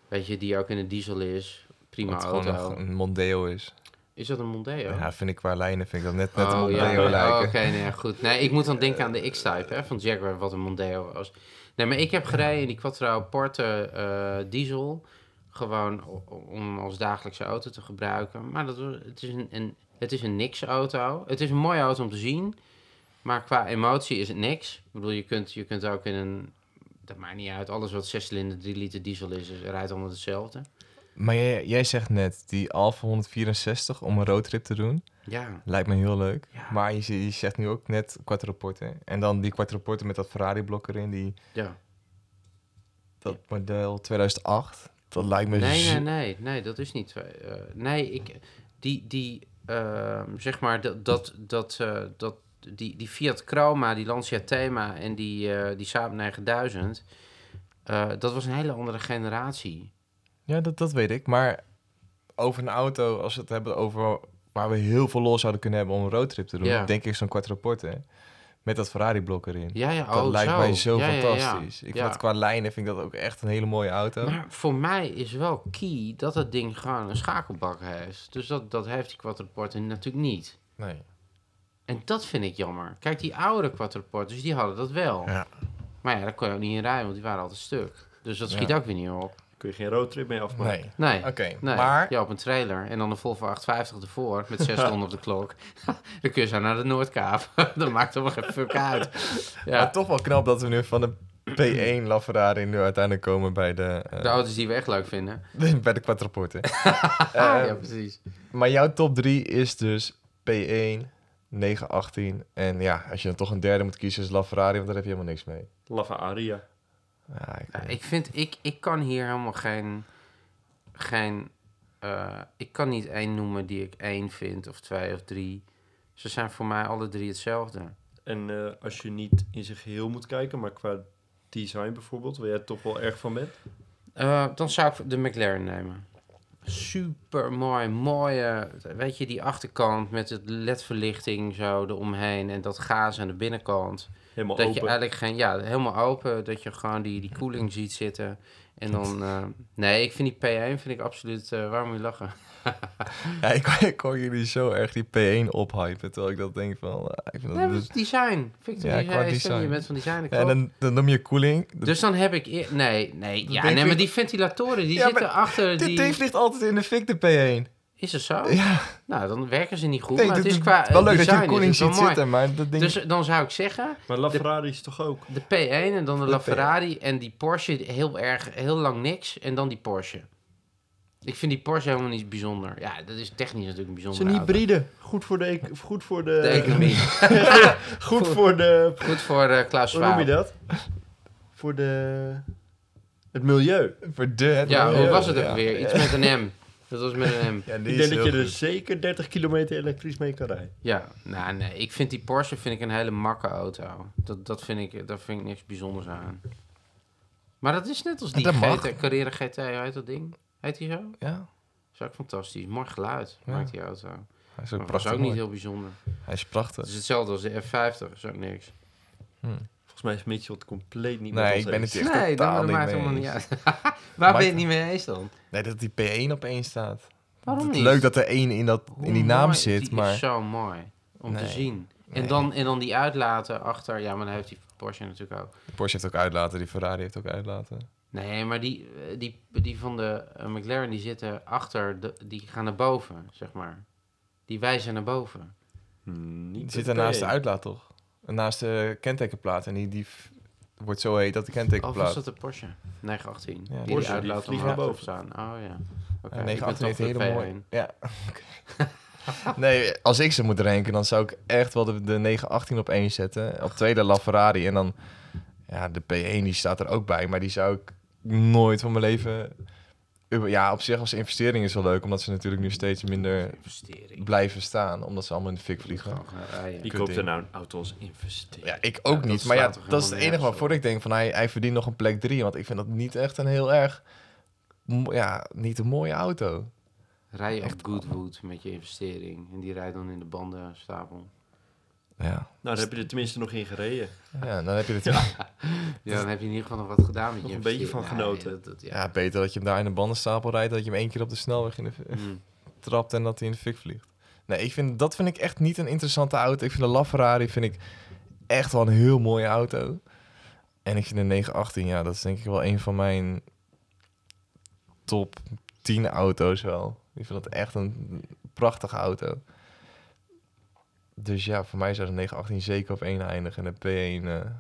Speaker 3: weet je, die ook in de diesel is. Prima
Speaker 1: wat gewoon
Speaker 3: auto.
Speaker 1: nog een Mondeo is.
Speaker 3: Is dat een Mondeo?
Speaker 1: Ja, vind ik qua lijnen vind ik dat net, net een
Speaker 3: ja.
Speaker 1: Mondeo
Speaker 3: Oh,
Speaker 1: lijken.
Speaker 3: Oké, nee, ja, goed. Nee, ik moet dan denken aan de X-Type hè, van Jaguar, wat een Mondeo was. Nee, maar ik heb gereden in die Quattro Porte eh, diesel. Gewoon o- om als dagelijkse auto te gebruiken. Maar dat, was- het, is een, een, het is een niks auto. Het is een mooie auto om te zien. Maar qua emotie is het niks. Ik bedoel, je kunt, je kunt ook in een... Dat maakt niet uit. Alles wat 6 cilinder 3 liter diesel is, is- rijdt allemaal hetzelfde.
Speaker 1: Maar jij, jij zegt net, die Alfa 164 om een roadtrip te doen,
Speaker 3: Ja.
Speaker 1: lijkt me heel leuk.
Speaker 3: Ja.
Speaker 1: Maar je, z- je zegt nu ook net Quattroporte. En dan die Quattroporte met dat Ferrari-blok erin, die,
Speaker 3: ja.
Speaker 1: dat model 2008. Dat lijkt me dus-
Speaker 3: Nee,
Speaker 1: zo-
Speaker 3: nee, nee, nee, dat is niet. eh, nee, ik, die, die ehm, zeg maar, dat, dat, dat, eh, dat die, die Fiat Chroma, die Lancia Thema en die, eh, die Saab 9000, eh, dat was een hele andere generatie.
Speaker 1: Ja, dat, dat weet ik. Maar over een auto, als we het hebben over waar we heel veel lol zouden kunnen hebben om een roadtrip te doen,
Speaker 3: Ja.
Speaker 1: denk ik zo'n Quattroporte met dat Ferrari-blok erin.
Speaker 3: Ja, ja,
Speaker 1: Dat
Speaker 3: oh,
Speaker 1: lijkt
Speaker 3: zo.
Speaker 1: mij zo
Speaker 3: Ja, ja, ja.
Speaker 1: fantastisch. Ik
Speaker 3: Ja.
Speaker 1: vind het qua lijnen vind ik dat ook echt een hele mooie auto.
Speaker 3: Maar voor mij is wel key dat dat ding gewoon een schakelbak heeft. Dus dat, dat heeft die Quattroporte natuurlijk niet.
Speaker 1: Nee.
Speaker 3: En dat vind ik jammer. Kijk, die oudere Quattroportes, die hadden dat wel.
Speaker 1: Ja.
Speaker 3: Maar ja, daar kon je ook niet in rijden, want die waren altijd stuk. Dus dat schiet
Speaker 1: Ja.
Speaker 3: ook weer niet op.
Speaker 2: Kun je geen roadtrip mee afmaken.
Speaker 1: Nee.
Speaker 3: Nee.
Speaker 1: Oké,
Speaker 3: Nee,
Speaker 1: maar
Speaker 3: ja, op een trailer. En dan een Volvo 850 ervoor, met
Speaker 1: <laughs>
Speaker 3: 6 ton op de klok. <laughs> dan kun je zo naar de Noordkaap. <laughs> dat maakt helemaal geen fuck uit. Ja,
Speaker 1: Maar toch wel knap dat we nu van de P1 LaFerrari nu uiteindelijk komen bij de, eh,
Speaker 3: de auto's die we echt leuk vinden.
Speaker 1: <laughs> bij de Quattroporte.
Speaker 3: <laughs> Ah,
Speaker 1: Eh,
Speaker 3: ja, precies.
Speaker 1: Maar jouw top 3 is dus P1, 9, 18. En ja, als je dan toch een derde moet kiezen is LaFerrari, want daar heb je helemaal niks mee.
Speaker 2: Lava Aria.
Speaker 1: Ja, Ah, ik-
Speaker 3: Ja, ik vind, ik, ik kan hier helemaal geen, geen eh, ik kan niet één noemen die ik één vind, of twee of drie. Ze zijn voor mij alle drie hetzelfde.
Speaker 2: En eh, als je niet in zijn geheel moet kijken, maar qua design bijvoorbeeld, waar jij toch wel erg van bent.
Speaker 3: Eh, dan zou ik de McLaren nemen. Super mooi, mooie. Weet je, die achterkant met het ledverlichting zo eromheen en dat gaas aan de binnenkant.
Speaker 2: Helemaal
Speaker 3: dat je
Speaker 2: open.
Speaker 3: eigenlijk geen, ja, helemaal open, dat je gewoon die, die koeling ziet zitten.
Speaker 1: <laughs>
Speaker 3: En dan, eh, nee, ik vind die P1 vind ik absoluut, eh waar moet je lachen?
Speaker 1: Ja, ik, ik hoor jullie zo erg die P1 ophypen, terwijl ik dat denk van... eh, ik vind dat
Speaker 3: Nee, maar
Speaker 1: dus-
Speaker 3: het design. Victor,
Speaker 1: Ja,
Speaker 3: die
Speaker 1: qua
Speaker 3: zei,
Speaker 1: design.
Speaker 3: je bent van design.
Speaker 1: ja, en dan, dan noem je koeling. Dat-
Speaker 3: Dus dan heb ik, eer- nee, nee, ja,
Speaker 1: denk
Speaker 3: nee,
Speaker 1: ik-
Speaker 3: maar die ventilatoren, die
Speaker 1: Ja, maar
Speaker 3: zitten achter
Speaker 1: Dit
Speaker 3: die...
Speaker 1: ding vliegt altijd in de fik, de P1.
Speaker 3: Is het zo?
Speaker 1: Ja,
Speaker 3: Nou, dan werken ze niet goed,
Speaker 1: nee,
Speaker 3: maar het
Speaker 1: dit-
Speaker 3: is qua eh,
Speaker 1: wel leuk dat je
Speaker 3: design
Speaker 1: de
Speaker 3: is
Speaker 1: koeling
Speaker 3: het wel
Speaker 1: ziet
Speaker 3: mooi.
Speaker 1: zitten, maar dat ding...
Speaker 3: Dus dan zou ik zeggen,
Speaker 2: Maar LaFerrari is toch ook?
Speaker 3: de P1 en dan de,
Speaker 1: De
Speaker 3: LaFerrari en die Porsche heel erg, heel lang niks. En dan die Porsche. Ik vind die Porsche helemaal niet bijzonder. Ja, dat is technisch natuurlijk een
Speaker 2: Het
Speaker 3: bijzonder
Speaker 2: zijn eh, hybride. Goed voor de... ec- Goed voor de...
Speaker 3: De economie.
Speaker 2: <laughs> Goed voor de...
Speaker 3: Goed voor eh Klaus
Speaker 2: Hoe noem je
Speaker 3: Schwab.
Speaker 2: dat? Voor de... Het milieu.
Speaker 1: Voor de... het
Speaker 3: Ja,
Speaker 1: milieu,
Speaker 3: hoe was het ook
Speaker 1: ja.
Speaker 3: weer? Iets met een M. Dat was met een M.
Speaker 1: Ja, die
Speaker 2: Ik
Speaker 1: is
Speaker 2: denk dat
Speaker 1: heel
Speaker 2: je er
Speaker 1: goed.
Speaker 2: zeker 30 kilometer elektrisch mee kan rijden.
Speaker 3: Ja, nou nee, ik vind die Porsche vind ik een hele makke auto. Dat, dat, vind ik, daar vind ik niks bijzonders aan. Maar dat is net als die
Speaker 1: Dat mag.
Speaker 3: GT, Carrera GT, hoe heet dat ding? Heet die zo?
Speaker 1: Ja,
Speaker 3: Dat is ook fantastisch. Mooi geluid
Speaker 1: Ja.
Speaker 3: maakt die auto. Maar
Speaker 1: hij is ook
Speaker 3: Dat was
Speaker 1: prachtig.
Speaker 3: ook niet
Speaker 1: mooi.
Speaker 3: heel bijzonder.
Speaker 1: Hij is
Speaker 3: Het
Speaker 1: prachtig.
Speaker 3: is hetzelfde als de F50, dat is ook niks.
Speaker 2: Volgens mij is Mitchell het compleet niet
Speaker 1: Nee,
Speaker 2: met ons
Speaker 1: ik ben
Speaker 2: eens.
Speaker 1: het echt
Speaker 3: nee, dat
Speaker 1: totaal
Speaker 3: maakt
Speaker 1: niet mee
Speaker 3: helemaal niet
Speaker 1: eens.
Speaker 3: uit. <laughs> Waar ben je
Speaker 1: Maakt-
Speaker 3: het niet mee eens dan?
Speaker 1: Nee, dat die P1 op één staat.
Speaker 3: Waarom
Speaker 1: Het is
Speaker 3: niet?
Speaker 1: Leuk dat er één in, dat,
Speaker 3: Hoe
Speaker 1: in die naam
Speaker 3: mooi-
Speaker 1: zit,
Speaker 3: die
Speaker 1: maar...
Speaker 3: is zo mooi om te
Speaker 1: Nee,
Speaker 3: zien. En,
Speaker 1: nee.
Speaker 3: dan, en dan die uitlaten achter... Ja, maar dan heeft die Porsche natuurlijk ook.
Speaker 1: Porsche heeft ook uitlaten, die Ferrari heeft ook uitlaten.
Speaker 3: Nee, maar die, eh, die, die van de eh, McLaren, die zitten achter... De, die gaan naar boven, zeg maar. Die wijzen naar boven.
Speaker 2: Hmm,
Speaker 1: Die
Speaker 2: niet
Speaker 1: zit
Speaker 2: met
Speaker 1: er naast de
Speaker 2: P1.
Speaker 1: uitlaat, toch? Naast de kentekenplaat. En die, die f- wordt zo heet dat de
Speaker 3: Of was
Speaker 1: kentekenplaat...
Speaker 3: dat de Porsche? 918.
Speaker 1: Ja,
Speaker 3: die
Speaker 1: Porsche,
Speaker 3: die uitlaat
Speaker 2: die
Speaker 3: om
Speaker 2: vliegen naar
Speaker 3: boven staan. Oh ja. Oké,
Speaker 1: Ja,
Speaker 3: ik ben
Speaker 1: 918
Speaker 3: toch
Speaker 1: heeft
Speaker 3: de
Speaker 1: hele mooi.
Speaker 3: V1. <laughs>
Speaker 1: Ja, oké. <laughs> nee, als ik ze moet ranken, dan zou ik echt wel de, de 918 op één zetten. Op tweede LaFerrari. En dan, ja, de P1 die staat er ook bij. Maar die zou ik nooit van mijn leven... uber- Ja, op zich als investering is wel leuk. Omdat ze natuurlijk nu steeds minder
Speaker 3: Investering.
Speaker 1: blijven staan. Omdat ze allemaal in de fik vliegen.
Speaker 3: Gewoon gaan rijden.
Speaker 2: Die
Speaker 1: Kut
Speaker 2: koopt er
Speaker 1: ding.
Speaker 2: nou een auto als investering.
Speaker 1: Ja, ik
Speaker 3: Ja,
Speaker 1: ook
Speaker 3: dat
Speaker 1: niet.
Speaker 3: slaat
Speaker 1: Maar ja,
Speaker 3: toch
Speaker 1: dat is
Speaker 3: helemaal
Speaker 1: het
Speaker 3: nergens
Speaker 1: enige waarvoor ik denk van hij, hij verdient nog een plek 3. Want ik vind dat niet echt een heel erg... mo- Ja, niet een mooie auto.
Speaker 3: Rij je op Goodwood met je investering. En die rijdt dan in de bandenstapel.
Speaker 1: Ja,
Speaker 2: Nou, daar heb je er tenminste nog in gereden.
Speaker 1: ja dan heb je het...
Speaker 3: Ja, dan heb je in ieder geval nog wat gedaan met
Speaker 2: Nog
Speaker 3: je
Speaker 2: een beetje van
Speaker 3: investering. Nee,
Speaker 2: genoten.
Speaker 3: dat- dat- ja.
Speaker 1: Ja, beter dat je hem daar in een bandenstapel rijdt... dat je hem één keer op de snelweg in de v-
Speaker 3: Mm.
Speaker 1: trapt en dat hij in de fik vliegt. Nee, ik vind, dat vind ik echt niet een interessante auto. Ik vind de LaFerrari vind ik echt wel een heel mooie auto. En ik vind de 918, ja, dat is denk ik wel een van mijn top 10 auto's wel. Ik vind dat echt een prachtige auto. Dus ja, voor mij zou de 918 zeker op 1 eindigen en de P1 eh,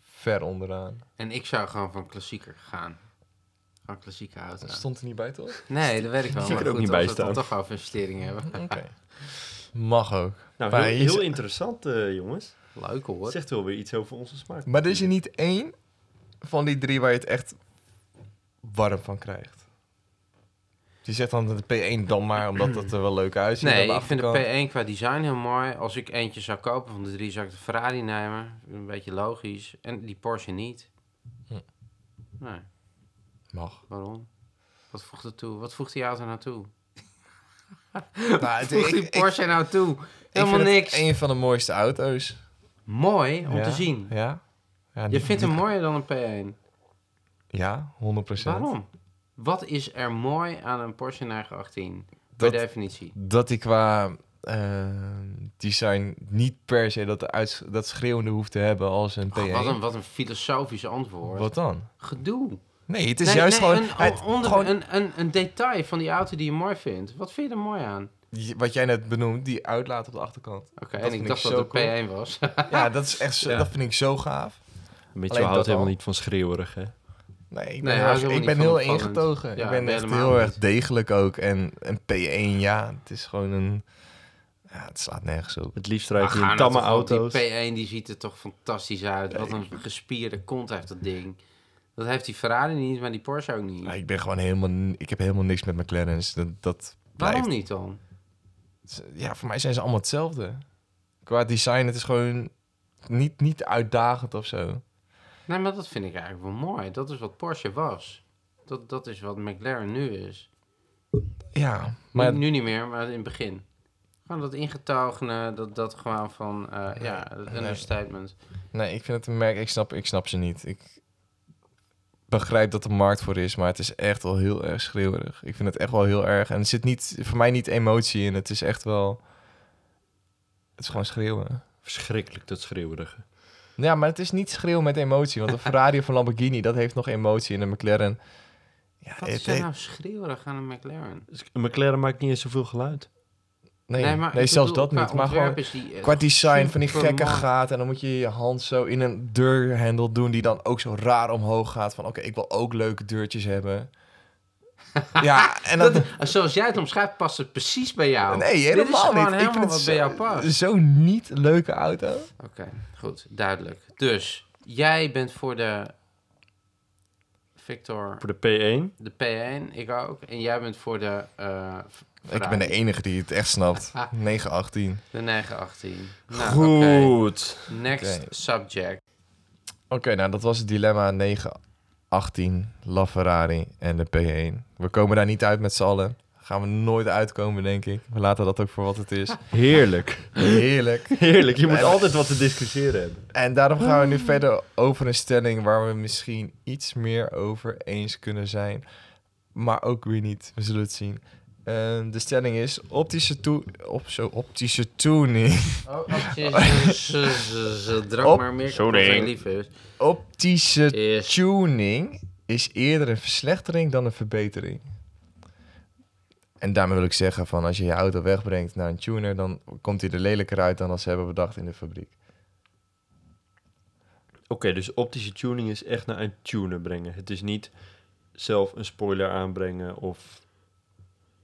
Speaker 1: ver onderaan.
Speaker 3: En ik zou gewoon van klassieker gaan. Van klassieke auto.
Speaker 1: Dat stond er niet bij, toch?
Speaker 3: Nee, dat weet ik wel.
Speaker 2: Zie ik
Speaker 3: maar
Speaker 2: er ook
Speaker 3: goed,
Speaker 2: niet
Speaker 3: als
Speaker 2: bij
Speaker 3: we het dan
Speaker 2: staan.
Speaker 3: toch over investeringen
Speaker 1: <laughs>
Speaker 3: hebben.
Speaker 1: Oké. Mag ook.
Speaker 2: Nou,
Speaker 1: Maar
Speaker 2: heel,
Speaker 1: je-
Speaker 2: heel interessant, eh, jongens.
Speaker 3: Leuk hoor.
Speaker 2: Zegt wel weer iets over onze smaak.
Speaker 1: Maar er is er niet één van die drie waar je het echt warm van krijgt. Je zegt dan de P1 dan maar, omdat dat er wel leuk uitziet. aan
Speaker 3: Nee, ik vind
Speaker 1: achterkant.
Speaker 3: de P1 qua design heel mooi. Als ik eentje zou kopen van de drie, zou ik de Ferrari nemen. Een beetje logisch. En die Porsche niet.
Speaker 1: Hm.
Speaker 3: Nee,
Speaker 1: Mag.
Speaker 3: waarom? Wat voegt het toe? Wat voegt die auto nou toe?
Speaker 1: <laughs> Nou, het-
Speaker 3: Voegt
Speaker 1: ik,
Speaker 3: die
Speaker 1: ik, ik
Speaker 3: Porsche nou toe?
Speaker 1: vind
Speaker 3: Helemaal
Speaker 1: het
Speaker 3: niks.
Speaker 1: een van de mooiste auto's.
Speaker 3: Mooi om
Speaker 1: Ja,
Speaker 3: te zien.
Speaker 1: Ja. ja
Speaker 3: Je
Speaker 1: die-
Speaker 3: vindt hem
Speaker 1: die-
Speaker 3: mooier dan een P1.
Speaker 1: Ja, 100%.
Speaker 3: Waarom? Wat is er mooi aan een Porsche 918?
Speaker 1: Dat-
Speaker 3: Per definitie.
Speaker 1: Dat hij qua eh, design niet per se dat, uits- dat schreeuwende hoeft te hebben als een P1.
Speaker 3: Ach, wat, een, wat een filosofisch antwoord.
Speaker 1: Wat dan?
Speaker 3: Gedoe.
Speaker 1: Nee, het is
Speaker 3: Nee,
Speaker 1: juist
Speaker 3: nee,
Speaker 1: gewoon...
Speaker 3: Een,
Speaker 1: het-
Speaker 3: onder-
Speaker 1: gewoon
Speaker 3: een, een, een detail van die auto die je mooi vindt. Wat vind je er mooi aan?
Speaker 1: je- wat jij net benoemt, die uitlaat op de achterkant. Dat
Speaker 3: Oké, en
Speaker 1: vind
Speaker 3: ik
Speaker 1: ik
Speaker 3: dacht
Speaker 1: zo
Speaker 3: dat het P1 was.
Speaker 1: Ja, dat is echt, zo-
Speaker 2: Ja.
Speaker 1: dat vind ik zo gaaf.
Speaker 2: Mitchell
Speaker 1: Alleen
Speaker 2: houdt
Speaker 1: dat
Speaker 2: helemaal
Speaker 1: al.
Speaker 2: niet van schreeuwerig, hè?
Speaker 1: Nee, ik
Speaker 3: Nee,
Speaker 1: ben,
Speaker 3: hij
Speaker 1: heel,
Speaker 3: is helemaal
Speaker 1: erg- ik
Speaker 3: niet
Speaker 1: ben
Speaker 3: van
Speaker 1: heel
Speaker 3: opvallend.
Speaker 1: ingetogen.
Speaker 3: Ja,
Speaker 1: ik ben echt
Speaker 3: helemaal
Speaker 1: heel erg
Speaker 3: niet.
Speaker 1: degelijk ook. En een P1, ja, het is gewoon een... Ja, het slaat nergens op.
Speaker 2: Het liefst
Speaker 3: Ach, <laughs>
Speaker 2: rijdt hij
Speaker 3: nou
Speaker 2: in tamme
Speaker 3: toch op,
Speaker 2: auto's.
Speaker 3: Die P1 die ziet er toch fantastisch uit. Wat een gespierde kont heeft dat ding. Dat heeft die Ferrari niet, maar die Porsche ook niet.
Speaker 1: Maar ik ben gewoon helemaal... n- Ik heb helemaal niks met McLaren's. Dat, dat
Speaker 3: Waarom
Speaker 1: blijft...
Speaker 3: niet dan?
Speaker 1: Ja, voor mij zijn ze allemaal hetzelfde. Qua design, het is gewoon niet, niet uitdagend of zo.
Speaker 3: Nee, maar dat vind ik eigenlijk wel mooi. Dat is wat Porsche was. Dat, dat is wat McLaren nu is.
Speaker 1: Ja,
Speaker 3: Maar
Speaker 1: maar...
Speaker 3: nu, nu niet meer, maar in het begin. Gewoon dat ingetogene, dat, dat gewoon van, eh, ja, dat
Speaker 1: nee.
Speaker 3: understatement.
Speaker 1: Nee, ik vind het een merk... Ik snap, ik snap ze niet. Ik begrijp dat er markt voor is, maar het is echt wel heel erg schreeuwerig. Ik vind het echt wel heel erg. En er zit niet, voor mij niet emotie in. Het is echt wel... Het is gewoon schreeuwen.
Speaker 2: Verschrikkelijk, dat schreeuwerige.
Speaker 1: Ja, maar het is niet schreeuwen met emotie.
Speaker 3: <laughs>
Speaker 1: Want een Ferrari of een Lamborghini, dat heeft nog emotie. En een McLaren... Ja,
Speaker 3: Wat
Speaker 1: het-
Speaker 3: is er nou schreeuwerig aan een McLaren?
Speaker 2: Dus een McLaren maakt niet eens zoveel geluid.
Speaker 1: Nee, nee,
Speaker 3: ik
Speaker 1: zelfs dat
Speaker 3: bedoel, qua
Speaker 1: niet. Maar
Speaker 3: ontwerp
Speaker 1: gewoon...
Speaker 3: is die, eh,
Speaker 1: Qua design van die
Speaker 3: super
Speaker 1: gekke
Speaker 3: mooi.
Speaker 1: gaten. En dan moet je je hand zo in een deurhendel doen... die dan ook zo raar omhoog gaat. Van oké, ik wil ook leuke deurtjes
Speaker 3: <laughs>
Speaker 1: hebben. ja, en
Speaker 3: Dat,
Speaker 1: dat...
Speaker 3: zoals jij het omschrijft, past het precies bij jou.
Speaker 1: Nee,
Speaker 3: Dit is
Speaker 1: helemaal
Speaker 3: gewoon
Speaker 1: niet. ik
Speaker 3: helemaal
Speaker 1: vind
Speaker 3: wat
Speaker 1: het
Speaker 3: bij
Speaker 1: zo-
Speaker 3: jou
Speaker 1: Dus-
Speaker 3: past.
Speaker 1: zo'n niet leuke auto.
Speaker 3: Oké, goed, duidelijk. Dus, jij bent voor de Victor,
Speaker 2: Voor de P1.
Speaker 3: de P1, ik ook. En jij bent voor de, eh
Speaker 1: Ik ben de
Speaker 3: Ferrari,
Speaker 1: enige die het echt
Speaker 3: <laughs>
Speaker 1: snapt. 918.
Speaker 3: de 918. Nou, oké.
Speaker 2: Goed.
Speaker 3: Next
Speaker 1: Oké.
Speaker 3: subject.
Speaker 1: Oké, nou dat was het dilemma 9 18, LaFerrari en de P1. We komen daar niet uit met z'n allen. Gaan we nooit uitkomen, denk ik. We laten dat ook voor wat het
Speaker 3: <laughs>
Speaker 1: is.
Speaker 2: Heerlijk.
Speaker 1: Heerlijk.
Speaker 2: <laughs> Heerlijk. Je moet altijd wat te discussiëren hebben.
Speaker 1: En daarom gaan we nu verder over een stelling waar we misschien iets meer over eens kunnen zijn. Maar ook weer niet. We zullen het zien. Ehm, de stelling is optische, toe op, zo, optische tuning. <laughs>
Speaker 3: <laughs> Oh, oh, ze- ze- ze- ze drank
Speaker 1: Op.
Speaker 3: maar meer kapot
Speaker 2: Sorry.
Speaker 3: dan lief is.
Speaker 1: Optische
Speaker 3: Is-
Speaker 1: tuning is eerder een verslechtering dan een verbetering. En daarmee wil ik zeggen van als je je auto wegbrengt naar een tuner, dan komt hij er lelijker uit dan als ze hebben bedacht in de fabriek.
Speaker 2: Oké, dus optische tuning is echt naar een tuner brengen. Het is niet zelf een spoiler aanbrengen of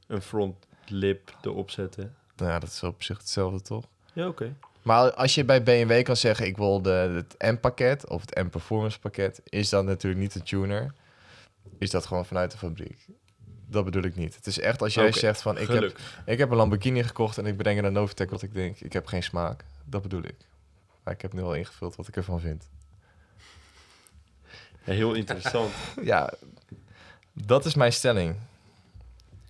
Speaker 2: een front lip erop zetten.
Speaker 1: Nou, ja, dat is op zich hetzelfde toch?
Speaker 2: Ja, oké.
Speaker 1: Maar als je bij BMW kan zeggen, ik wil de, het M-pakket of het M-performance pakket, is dat natuurlijk niet de tuner. Is dat gewoon vanuit de fabriek. Dat bedoel ik niet. Het is echt als jij
Speaker 2: Oké,
Speaker 1: zegt van, ik heb,
Speaker 2: Geluk. ik
Speaker 1: ik heb een Lamborghini gekocht en ik breng er een Novatec, wat ik denk, ik heb geen smaak. Dat bedoel ik. Maar ik heb nu al ingevuld wat ik ervan
Speaker 2: <laughs>
Speaker 1: vind.
Speaker 2: heel interessant.
Speaker 1: Ja, dat is mijn stelling.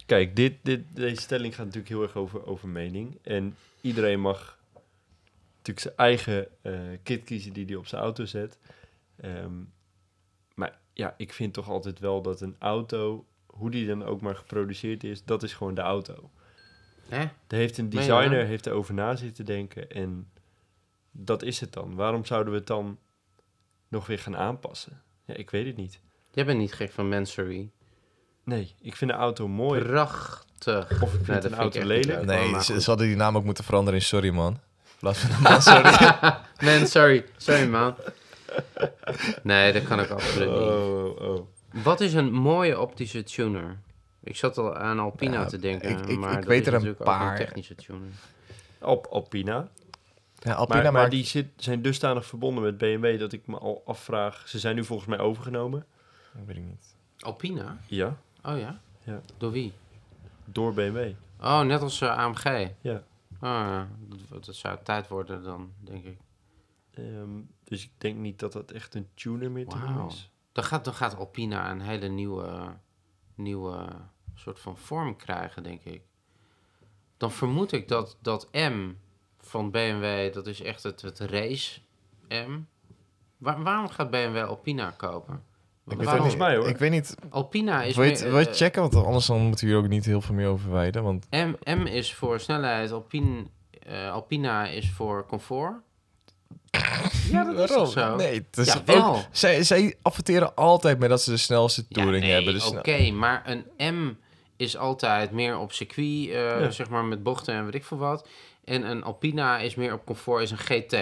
Speaker 2: Kijk, dit, dit, deze stelling gaat natuurlijk heel erg over, over mening. En iedereen mag natuurlijk zijn eigen eh, kit kiezen die hij op zijn auto zet. Ehm, maar ja, ik vind toch altijd wel dat een auto, hoe die dan ook maar geproduceerd is, dat is gewoon de auto.
Speaker 3: Hè?
Speaker 2: Er heeft een
Speaker 3: Nee,
Speaker 2: designer
Speaker 3: ja.
Speaker 2: heeft erover na zitten denken en dat is het dan. Waarom zouden we het dan nog weer gaan aanpassen? Ja, ik weet het niet.
Speaker 3: Jij bent niet gek van Mansory.
Speaker 2: Nee, ik vind een auto mooi.
Speaker 3: Prachtig.
Speaker 2: Of ik vind
Speaker 3: dat
Speaker 2: een
Speaker 3: vind ik
Speaker 2: auto
Speaker 3: echt
Speaker 2: lelijk.
Speaker 3: niet leuk. Oh,
Speaker 1: Nee,
Speaker 3: maar
Speaker 1: ze,
Speaker 3: goed.
Speaker 1: ze hadden die naam ook moeten veranderen in Sorry Man. In plaats van-
Speaker 2: <laughs>
Speaker 3: Man, sorry. Sorry, man. Nee, dat kan ik absoluut niet.
Speaker 2: Oh, oh, oh.
Speaker 3: Wat is een mooie optische tuner? Ik zat al aan Alpina
Speaker 1: Ja,
Speaker 3: te denken,
Speaker 1: ik- ik-
Speaker 3: maar
Speaker 1: ik
Speaker 3: dat
Speaker 1: weet
Speaker 3: is
Speaker 1: er een
Speaker 3: natuurlijk ook
Speaker 1: paar.
Speaker 3: een technische tuner.
Speaker 2: Op Alpina.
Speaker 1: Ja, Alpina
Speaker 2: Maar, maar
Speaker 1: maakt-
Speaker 2: die zit, zijn dusdanig verbonden met BMW dat ik me al afvraag. Ze zijn nu volgens mij overgenomen.
Speaker 1: Weet ik niet.
Speaker 3: Alpina?
Speaker 2: Ja.
Speaker 3: Oh ja?
Speaker 2: Ja.
Speaker 3: Door wie?
Speaker 2: Door BMW.
Speaker 3: Oh, net als eh, AMG.
Speaker 2: Ja.
Speaker 3: Ah, ja. dat, dat zou tijd worden dan, denk ik.
Speaker 2: Ehm, dus ik denk niet dat dat echt een tuner meer te
Speaker 3: Wauw.
Speaker 2: doen is.
Speaker 3: Dan gaat, dan gaat Alpina een hele nieuwe, nieuwe soort van vorm krijgen, denk ik. Dan vermoed ik dat dat M van BMW, dat is echt het, het race M. Waar- waarom gaat BMW Alpina kopen?
Speaker 1: Ik weet,
Speaker 3: Waarom?
Speaker 1: ook niet,
Speaker 2: Volgens mij, hoor.
Speaker 1: ik weet niet
Speaker 3: Alpina is
Speaker 1: Wil je, het-
Speaker 3: meer,
Speaker 1: wil je het
Speaker 3: eh,
Speaker 1: checken? Want anders dan moeten we hier ook niet heel veel meer over wijden. Want
Speaker 3: M, M is voor snelheid, Alpine, eh, Alpina is voor comfort. Ja, dat is toch zo?
Speaker 1: Nee, het is
Speaker 3: Ja,
Speaker 1: ook-
Speaker 3: wel.
Speaker 1: zij, zij adverteren altijd met dat ze de snelste
Speaker 3: Ja,
Speaker 1: touring
Speaker 3: nee,
Speaker 1: hebben. Dus
Speaker 3: Oké,
Speaker 1: nou,
Speaker 3: maar een M is altijd meer op circuit, eh,
Speaker 2: Ja.
Speaker 3: zeg maar met bochten en weet ik veel wat. En een Alpina is meer op comfort, is een GT,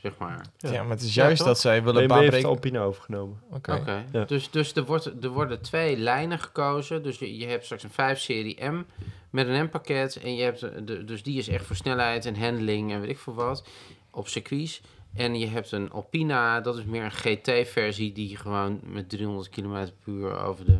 Speaker 3: zeg maar.
Speaker 1: ja. maar het is
Speaker 3: Ja,
Speaker 1: juist
Speaker 3: toch?
Speaker 1: dat zij willen
Speaker 2: BMW heeft
Speaker 1: baanbreken.
Speaker 2: Alpina overgenomen.
Speaker 1: Oké.
Speaker 3: Oké,
Speaker 2: Ja.
Speaker 3: dus, dus er, wordt, er worden twee lijnen gekozen. Dus je, je hebt straks een 5-serie M met een M-pakket. En je hebt, de- de, dus die is echt voor snelheid en handling en weet ik veel wat. Op circuits. En je hebt een Alpina, dat is meer een GT-versie... die gewoon met 300 km per uur over de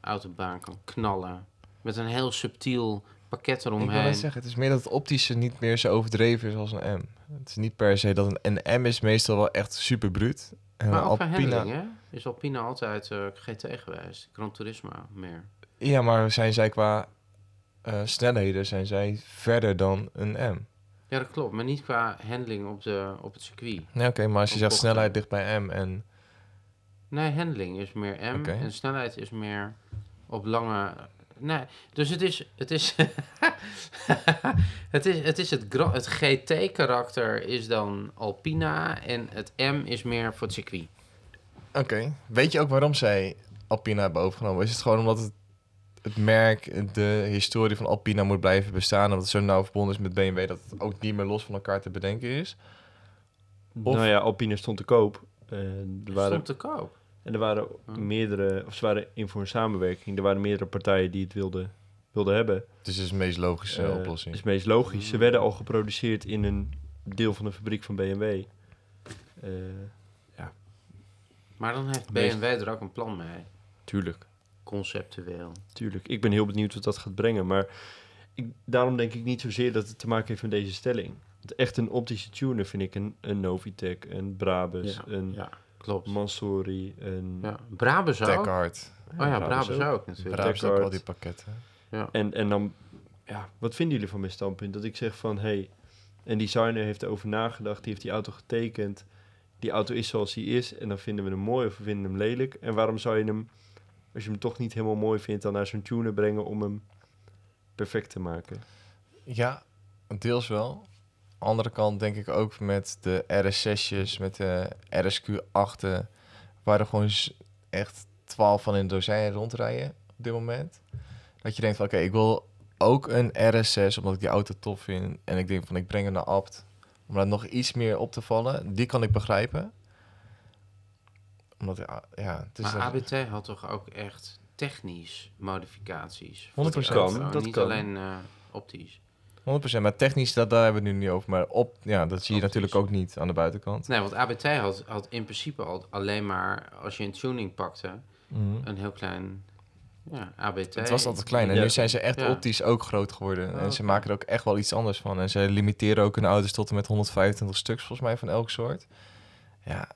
Speaker 3: autobaan kan knallen. Met een heel subtiel pakket
Speaker 1: Ik wil net
Speaker 3: eromheen.
Speaker 1: zeggen, het is meer dat het optische niet meer zo overdreven is als een M. Het is niet per se dat een, een M is meestal wel echt super bruut. En
Speaker 3: Maar
Speaker 1: een
Speaker 3: ook qua
Speaker 1: Alpina.
Speaker 3: handling, hè? Is Alpina altijd eh, GT geweest? Gran Turismo meer.
Speaker 1: Ja, maar zijn zij qua eh, snelheden zijn zij verder dan een M.
Speaker 3: Ja, dat klopt. Maar niet qua handling op, de, op het circuit.
Speaker 1: Nee, oké, maar als je
Speaker 3: Op
Speaker 1: zegt
Speaker 3: bochten.
Speaker 1: snelheid ligt bij M en...
Speaker 3: Nee, handling is meer M
Speaker 1: Oké.
Speaker 3: en snelheid is meer op lange. Nee, dus het is het is <laughs> het is het is het, gra- het GT karakter is dan Alpina en het M is meer voor het circuit.
Speaker 1: Oké. Weet je ook waarom zij Alpina hebben overgenomen? Is het gewoon omdat het, het merk, de historie van Alpina moet blijven bestaan... omdat het zo nauw verbonden is met BMW... dat het ook niet meer los van elkaar te bedenken is? Of-
Speaker 2: Nou ja, Alpina stond te koop. Eh, er waren,
Speaker 3: Stond te koop.
Speaker 2: En er waren
Speaker 3: Oh.
Speaker 2: meerdere, of ze waren in voor een samenwerking. Er waren meerdere partijen die het wilden, wilden hebben.
Speaker 1: Dus het is de meest logische
Speaker 2: Eh,
Speaker 1: oplossing.
Speaker 2: is het meest logisch. Ze werden al geproduceerd in een deel van de fabriek van BMW. Eh,
Speaker 3: Maar dan heeft
Speaker 2: Meest-
Speaker 3: BMW er ook een plan mee,
Speaker 2: tuurlijk.
Speaker 3: conceptueel.
Speaker 2: Tuurlijk, ik ben heel benieuwd wat dat gaat brengen. Maar ik, daarom denk ik niet zozeer dat het te maken heeft met deze stelling. Want echt een optische tuner vind ik een, een Novitec, een Brabus,
Speaker 3: Ja,
Speaker 2: een
Speaker 3: Ja, Klopt.
Speaker 2: Mansori, een...
Speaker 3: Ja. Brabus ook. Oh
Speaker 1: Techhard.
Speaker 3: ja,
Speaker 2: Brabus
Speaker 3: Brabus ook natuurlijk.
Speaker 1: Brabus ook
Speaker 2: Deckard.
Speaker 1: al die pakketten.
Speaker 2: En, en dan, ja, wat vinden jullie van mijn standpunt? Dat ik zeg van, hé, hey, een designer heeft erover nagedacht, die heeft die auto getekend, die auto is zoals die is, en dan vinden we hem mooi of we vinden hem lelijk. En waarom zou je hem, als je hem toch niet helemaal mooi vindt, dan naar zo'n tuner brengen om hem perfect te maken?
Speaker 1: Ja, deels wel. Andere kant denk ik ook met de RS6'jes, met de RSQ8'en, waar er gewoon z- echt 12 van in een dozijn rondrijden op dit moment. Dat je denkt van, oké, ik wil ook een RS6, omdat ik die auto tof vind. En ik denk van, ik breng hem naar Abt, om daar nog iets meer op te vallen. Die kan ik begrijpen. Omdat, ja, ja, het is
Speaker 3: maar
Speaker 1: echt-
Speaker 3: ABT had toch ook echt technisch modificaties?
Speaker 1: 100%
Speaker 3: Voor die
Speaker 2: kan,
Speaker 3: auto,
Speaker 2: dat
Speaker 3: Niet
Speaker 2: kan.
Speaker 3: alleen eh, optisch.
Speaker 1: 100%. Maar technisch, dat, daar hebben we het nu niet over. Maar op, ja, dat zie je
Speaker 3: Optisch.
Speaker 1: natuurlijk ook niet aan de buitenkant.
Speaker 3: Nee, want ABT had, had in principe al alleen maar, als je een tuning pakte,
Speaker 1: Mhm.
Speaker 3: een heel klein ja, ABT.
Speaker 1: Het was altijd klein en
Speaker 2: Ja.
Speaker 1: nu zijn ze echt
Speaker 3: Ja.
Speaker 1: optisch ook groot geworden.
Speaker 3: Oh,
Speaker 1: en ze
Speaker 3: oké.
Speaker 1: maken er ook echt wel iets anders van. En ze limiteren ook hun auto's tot en met 125 stuks volgens mij van elk soort. Ja,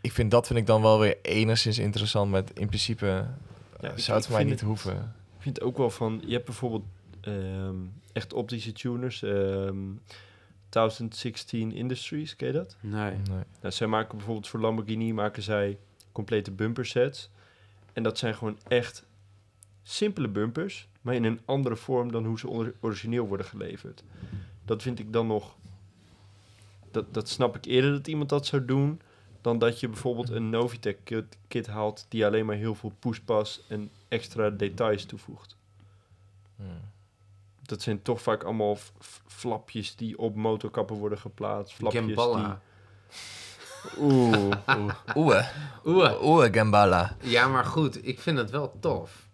Speaker 1: ik vind dat vind ik dan wel weer enigszins interessant. Met in principe eh,
Speaker 2: ik-
Speaker 1: zou
Speaker 2: ik
Speaker 1: het voor mij
Speaker 2: vind
Speaker 1: niet
Speaker 2: het-
Speaker 1: hoeven.
Speaker 2: Ik vind ook wel van, je hebt bijvoorbeeld ehm, echt optische tuners, ehm 1016 Industries, ken je dat?
Speaker 3: Nee.
Speaker 1: Nee.
Speaker 2: Nou, zij maken bijvoorbeeld voor Lamborghini maken zij complete bumper sets. En dat zijn gewoon echt simpele bumpers, maar in een andere vorm dan hoe ze or- origineel worden geleverd. Dat vind ik dan nog. Dat, dat snap ik eerder dat iemand dat zou doen. Dan dat je bijvoorbeeld een Novitec kit, kit haalt die alleen maar heel veel poespas en extra details toevoegt.
Speaker 1: Hmm.
Speaker 2: Dat zijn toch vaak allemaal f- f- flapjes die op motorkappen worden geplaatst. Flapjes
Speaker 3: Gamballa.
Speaker 2: die. Oeh.
Speaker 1: Oeh,
Speaker 3: Ah. <laughs> Oeh.
Speaker 1: oeh, Gambala.
Speaker 3: Ja, maar goed, ik vind het wel tof.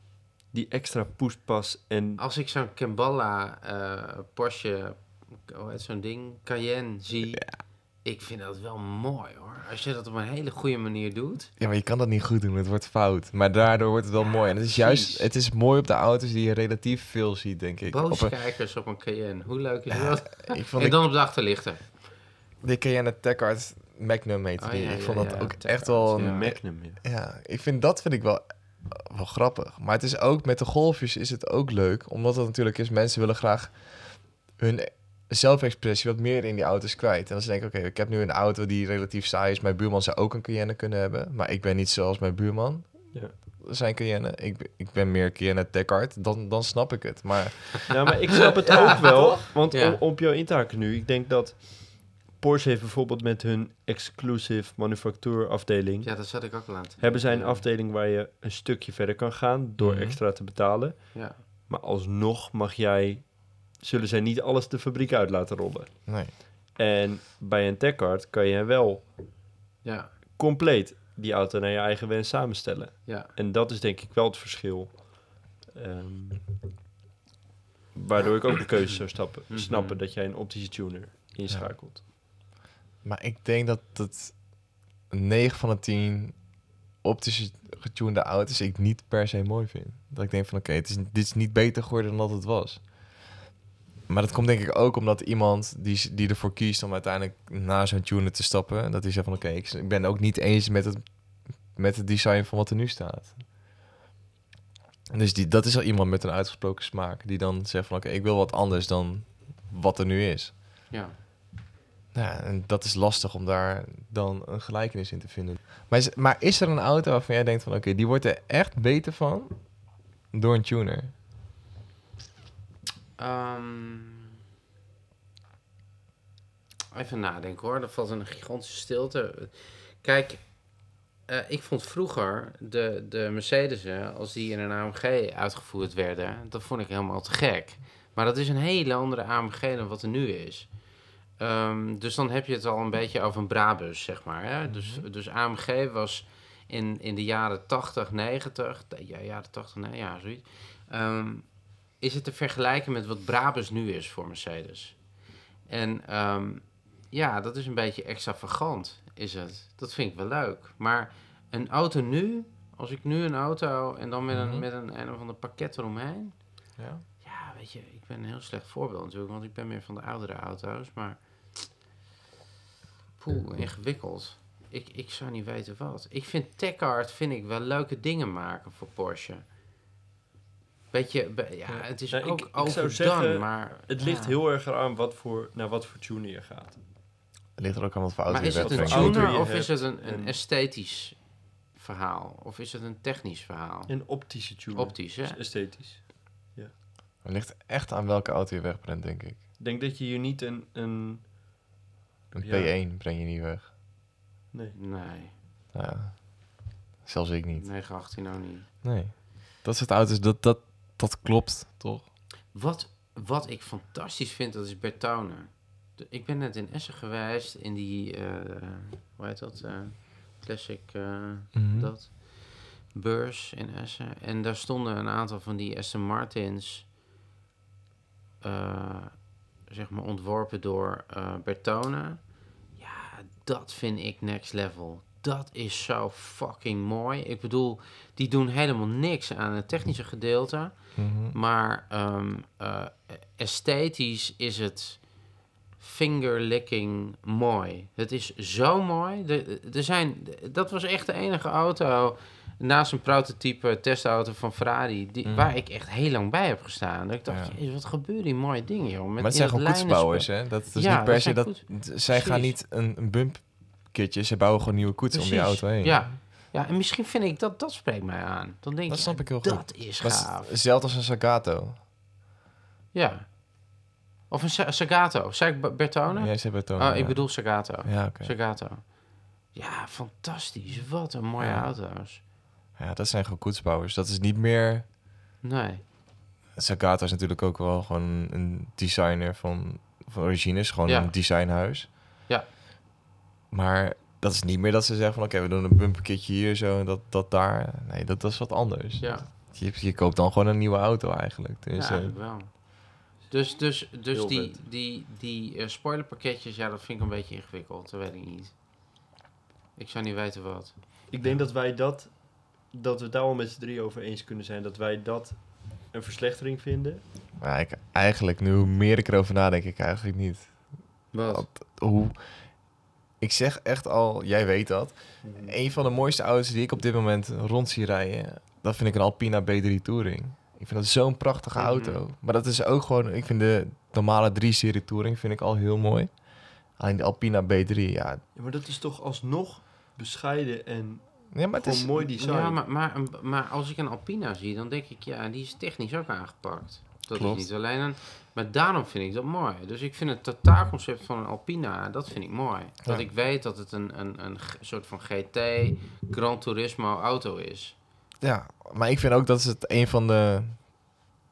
Speaker 2: die extra poespas en
Speaker 3: Als ik zo'n Kemballa eh, Porsche, hoe heet zo'n ding, Cayenne zie, ik vind dat wel mooi hoor. Als je dat op een hele goede manier doet.
Speaker 1: Ja, maar je kan dat niet goed doen, het wordt fout. Maar daardoor wordt het wel mooi. En het is juist,
Speaker 3: precies.
Speaker 1: het is mooi op de auto's die je relatief veel ziet, denk ik. Op een-
Speaker 3: Booskijkers op een Cayenne, hoe leuk is dat?
Speaker 1: ik vond
Speaker 3: en
Speaker 1: ik
Speaker 3: dan op de achterlichter.
Speaker 1: de Cayenne Techart Magnum mee te
Speaker 3: Oh,
Speaker 1: doen.
Speaker 3: ja,
Speaker 1: ik
Speaker 3: ja,
Speaker 1: vond dat
Speaker 3: ja,
Speaker 1: ook
Speaker 3: Techart,
Speaker 1: echt wel
Speaker 3: ja.
Speaker 1: een,
Speaker 2: Magnum. Ja.
Speaker 1: Ja, ik vind dat vind ik wel, eh, wel grappig. Maar het is ook met de golfjes is het ook leuk, omdat dat natuurlijk is mensen willen graag hun zelfexpressie wat meer in die auto's kwijt. En dan denk ik, oké, ik heb nu een auto die relatief saai is. Mijn buurman zou ook een Cayenne kunnen hebben, maar ik ben niet zoals mijn buurman.
Speaker 2: Ja.
Speaker 1: Zijn Cayenne. Ik, ben- ik ben meer Cayenne Deckard. Dan, dan snap ik het. Maar
Speaker 2: Nou, maar ik snap het ook wel, want
Speaker 3: Ja.
Speaker 2: om- op jouw intaken nu, ik denk dat Porsche heeft bijvoorbeeld met hun exclusive manufactuurafdeling,
Speaker 3: Ja, dat zat ik ook al aan te
Speaker 2: hebben zij een
Speaker 3: Ja.
Speaker 2: afdeling waar je een stukje verder kan gaan door
Speaker 1: Mhm.
Speaker 2: extra te betalen.
Speaker 3: Ja.
Speaker 2: Maar alsnog mag jij, zullen zij niet alles de fabriek uit laten rollen.
Speaker 1: nee.
Speaker 2: En bij een Techcard kan je wel
Speaker 3: Ja,
Speaker 2: compleet die auto naar je eigen wens samenstellen.
Speaker 3: ja.
Speaker 2: En dat is denk ik wel het verschil. Ehm, waardoor ik ook de keuze zou stappen,
Speaker 3: Mhm.
Speaker 2: snappen dat jij een optische tuner inschakelt.
Speaker 1: Maar ik denk dat dat 9 van de 10 optische getunede auto's ik niet per se mooi vind. Dat ik denk van oké, het is, dit is niet beter geworden dan dat het was. Maar dat komt denk ik ook omdat iemand die, s- die ervoor kiest om uiteindelijk na zo'n tuner te stappen, dat hij zegt van oké, ik, s- ik ben ook niet eens met het, met het design van wat er nu staat. Dus die, dat is al iemand met een uitgesproken smaak die dan zegt van oké, ik wil wat anders dan wat er nu is.
Speaker 3: ja.
Speaker 1: Ja, en dat is lastig om daar dan een gelijkenis in te vinden. Maar is, maar is er een auto waarvan jij denkt van... oké, die wordt er echt beter van door een tuner?
Speaker 3: Ehm, even nadenken hoor, er valt een gigantische stilte. Kijk, eh, ik vond vroeger de, de Mercedes'en, als die in een AMG uitgevoerd werden, dat vond ik helemaal te gek. Maar dat is een hele andere AMG dan wat er nu is. Ehm, dus dan heb je het al een beetje over een Brabus, zeg maar. Hè? dus, dus AMG was in, in de jaren 80, 90, ja, jaren 80, nee, ja, zoiets. Ehm, is het te vergelijken met wat Brabus nu is voor Mercedes. En ehm, ja, dat is een beetje extravagant, is het. Dat vind ik wel leuk. Maar een auto nu, als ik nu een auto en dan met een,
Speaker 1: Mhm.
Speaker 3: met een, een of ander pakket eromheen.
Speaker 1: Ja.
Speaker 3: Ja, weet je, ik ben een heel slecht voorbeeld natuurlijk, want ik ben meer van de oudere auto's. Maar poeh, ingewikkeld. ik, ik zou niet weten wat. Ik vind Techart vind ik wel leuke dingen maken voor Porsche. Beetje, be- ja, het is
Speaker 2: Ja, Nou, ik-
Speaker 3: ook
Speaker 2: ik zou
Speaker 3: overdone,
Speaker 2: zeggen,
Speaker 3: maar...
Speaker 2: Het ligt
Speaker 3: ja.
Speaker 2: heel erg eraan wat voor, naar wat voor tuner je gaat.
Speaker 1: Het ligt er ook aan wat voor auto
Speaker 3: Maar is
Speaker 1: je
Speaker 3: het
Speaker 1: bent,
Speaker 3: een
Speaker 1: denk ik.
Speaker 2: voor auto
Speaker 3: tuner
Speaker 2: je
Speaker 3: of is
Speaker 2: hebt
Speaker 3: het een, een
Speaker 2: en-
Speaker 3: esthetisch verhaal? Of is het een technisch verhaal?
Speaker 2: Een optische tuner.
Speaker 3: Optisch, hè?
Speaker 2: Dus esthetisch.
Speaker 1: Het ligt echt aan welke auto je wegbrengt, denk ik.
Speaker 2: Ik denk dat je hier niet een... een
Speaker 1: Een
Speaker 2: Ja.
Speaker 1: P1 breng je niet weg.
Speaker 2: nee.
Speaker 3: Nee,
Speaker 1: Nou ja, zelfs ik niet.
Speaker 3: 918 ook nou niet.
Speaker 1: Nee. Dat soort auto's, dat, dat, dat klopt, toch?
Speaker 3: Wat, wat ik fantastisch vind, dat is Bertone. De- Ik ben net in Essen geweest, in die, eh, hoe heet dat, eh, classic, eh,
Speaker 1: Mhm.
Speaker 3: dat, beurs in Essen. En daar stonden een aantal van die Aston Martins, eh, zeg maar, ontworpen door eh, Bertone. Ja, dat vind ik next level. Dat is zo fucking mooi. Ik bedoel, die doen helemaal niks aan het technische gedeelte.
Speaker 1: Mhm.
Speaker 3: Maar ehm, eh, esthetisch is het fingerlicking mooi. Het is zo mooi. De- Er zijn, dat was echt de enige auto naast een prototype testauto van Ferrari... Die,
Speaker 1: Mhm.
Speaker 3: waar ik echt heel lang bij heb gestaan. Dat ik dacht,
Speaker 1: Ja.
Speaker 3: jeez, wat gebeuren die mooie dingen, joh. Met
Speaker 1: Maar het
Speaker 3: in
Speaker 1: zijn gewoon
Speaker 3: lijnen-
Speaker 1: koetsbouwers, hè? Dat is dus
Speaker 3: Ja,
Speaker 1: niet
Speaker 3: dat
Speaker 1: per se
Speaker 3: zijn
Speaker 1: dat... Zij gaan
Speaker 3: Precies.
Speaker 1: niet een, een bumpkitje, ze bouwen gewoon nieuwe koetsen om die
Speaker 3: Precies,
Speaker 1: auto heen.
Speaker 3: Ja. ja, en misschien vind ik dat, dat spreekt mij aan. Dan denk nou?
Speaker 1: Dat
Speaker 3: ik,
Speaker 1: snap
Speaker 3: ja,
Speaker 1: ik heel goed.
Speaker 3: dat is
Speaker 1: Maar
Speaker 3: gaaf.
Speaker 1: het is Hetzelfde als een Sagato.
Speaker 3: Ja. Of een Sa- Sagato. Zei ik Ba- Bertone?
Speaker 1: Jij zei bij Tony,
Speaker 3: Ah, ik
Speaker 1: ja.
Speaker 3: bedoel Sagato.
Speaker 1: Ja, oké.
Speaker 3: Sagato. Ja, fantastisch. Wat een mooie
Speaker 1: Ja.
Speaker 3: auto's.
Speaker 1: Ja, dat zijn gewoon koetsbouwers. Dat is niet meer...
Speaker 3: Nee.
Speaker 1: Sagato is natuurlijk ook wel gewoon een designer van, van origine. Is gewoon
Speaker 3: Ja.
Speaker 1: een designhuis.
Speaker 3: Ja.
Speaker 1: Maar dat is niet meer dat ze zeggen van... Oké, we doen een bumperkitje hier zo en dat, dat daar. Nee, dat, dat is wat anders.
Speaker 3: Ja,
Speaker 1: Je, je koopt dan gewoon een nieuwe auto eigenlijk.
Speaker 3: ja
Speaker 1: Dus, eh,
Speaker 3: eigenlijk wel. Dus, dus, dus
Speaker 2: Heel
Speaker 3: die,
Speaker 2: vet.
Speaker 3: die, die eh, spoilerpakketjes, ja, dat vind ik een beetje ingewikkeld. Dat weet ik niet. Ik zou niet weten wat.
Speaker 2: Ik denk dat wij dat... Dat we daar wel met z'n drie over eens kunnen zijn. Dat wij dat een verslechtering vinden.
Speaker 1: maar ik, eigenlijk, nu hoe meer ik erover nadenk, ik eigenlijk niet.
Speaker 3: Wat?
Speaker 1: Hoe... Ik zeg echt al, jij weet dat. Een van de mooiste auto's die ik op dit moment rond zie rijden, dat vind ik een Alpina B3 Touring. Ik vind dat zo'n prachtige
Speaker 3: Mhm.
Speaker 1: auto. Maar dat is ook gewoon, ik vind de normale 3-serie Touring vind ik al heel mooi. Alleen de Alpina B3, ja.
Speaker 2: Ja, maar dat is toch alsnog bescheiden en
Speaker 1: Ja, maar het
Speaker 2: gewoon
Speaker 1: is,
Speaker 2: mooi design.
Speaker 3: Ja, maar, maar, een- maar als ik een Alpina zie, dan denk ik, ja, die is technisch ook aangepakt. Dat
Speaker 1: Klopt.
Speaker 3: is niet alleen een... Maar daarom vind ik dat mooi. Dus ik vind het totaalconcept van een Alpina, dat vind ik mooi. Dat
Speaker 1: Ja.
Speaker 3: ik weet dat het een, een, een g- soort van GT, Gran Turismo auto is.
Speaker 1: ja, maar ik vind ook dat ze het een van de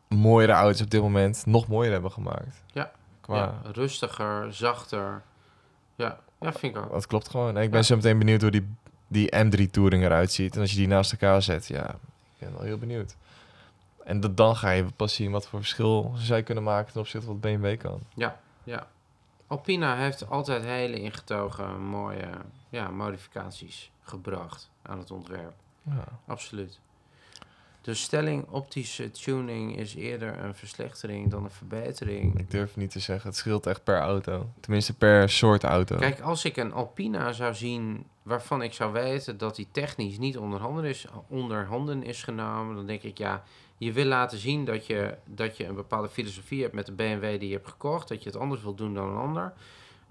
Speaker 1: mooiere auto's op dit moment nog mooier hebben gemaakt.
Speaker 3: Ja.
Speaker 1: Qua,
Speaker 3: Ja, rustiger, zachter. Ja, ja vind ik ook.
Speaker 1: Dat klopt gewoon. En ik ben
Speaker 3: Ja.
Speaker 1: zo meteen benieuwd hoe die, die M3 Touring eruit ziet. En als je die naast elkaar zet, ja, ik ben wel heel benieuwd. En dat, dan ga je pas zien wat voor verschil zij kunnen maken ten opzichte van wat BMW kan.
Speaker 3: Alpina heeft altijd hele ingetogen mooie ja, modificaties gebracht aan het ontwerp.
Speaker 1: Ja.
Speaker 3: Absoluut. De stelling optische tuning is eerder een verslechtering dan een verbetering.
Speaker 1: Ik durf niet te zeggen. Het scheelt echt per auto. Tenminste per soort auto.
Speaker 3: Kijk, als ik een Alpina zou zien waarvan ik zou weten dat die technisch niet onderhanden is, eh, onderhanden is genomen, dan denk ik ja, je wil laten zien dat je, dat je een bepaalde filosofie hebt met de BMW die je hebt gekocht, dat je het anders wilt doen dan een ander.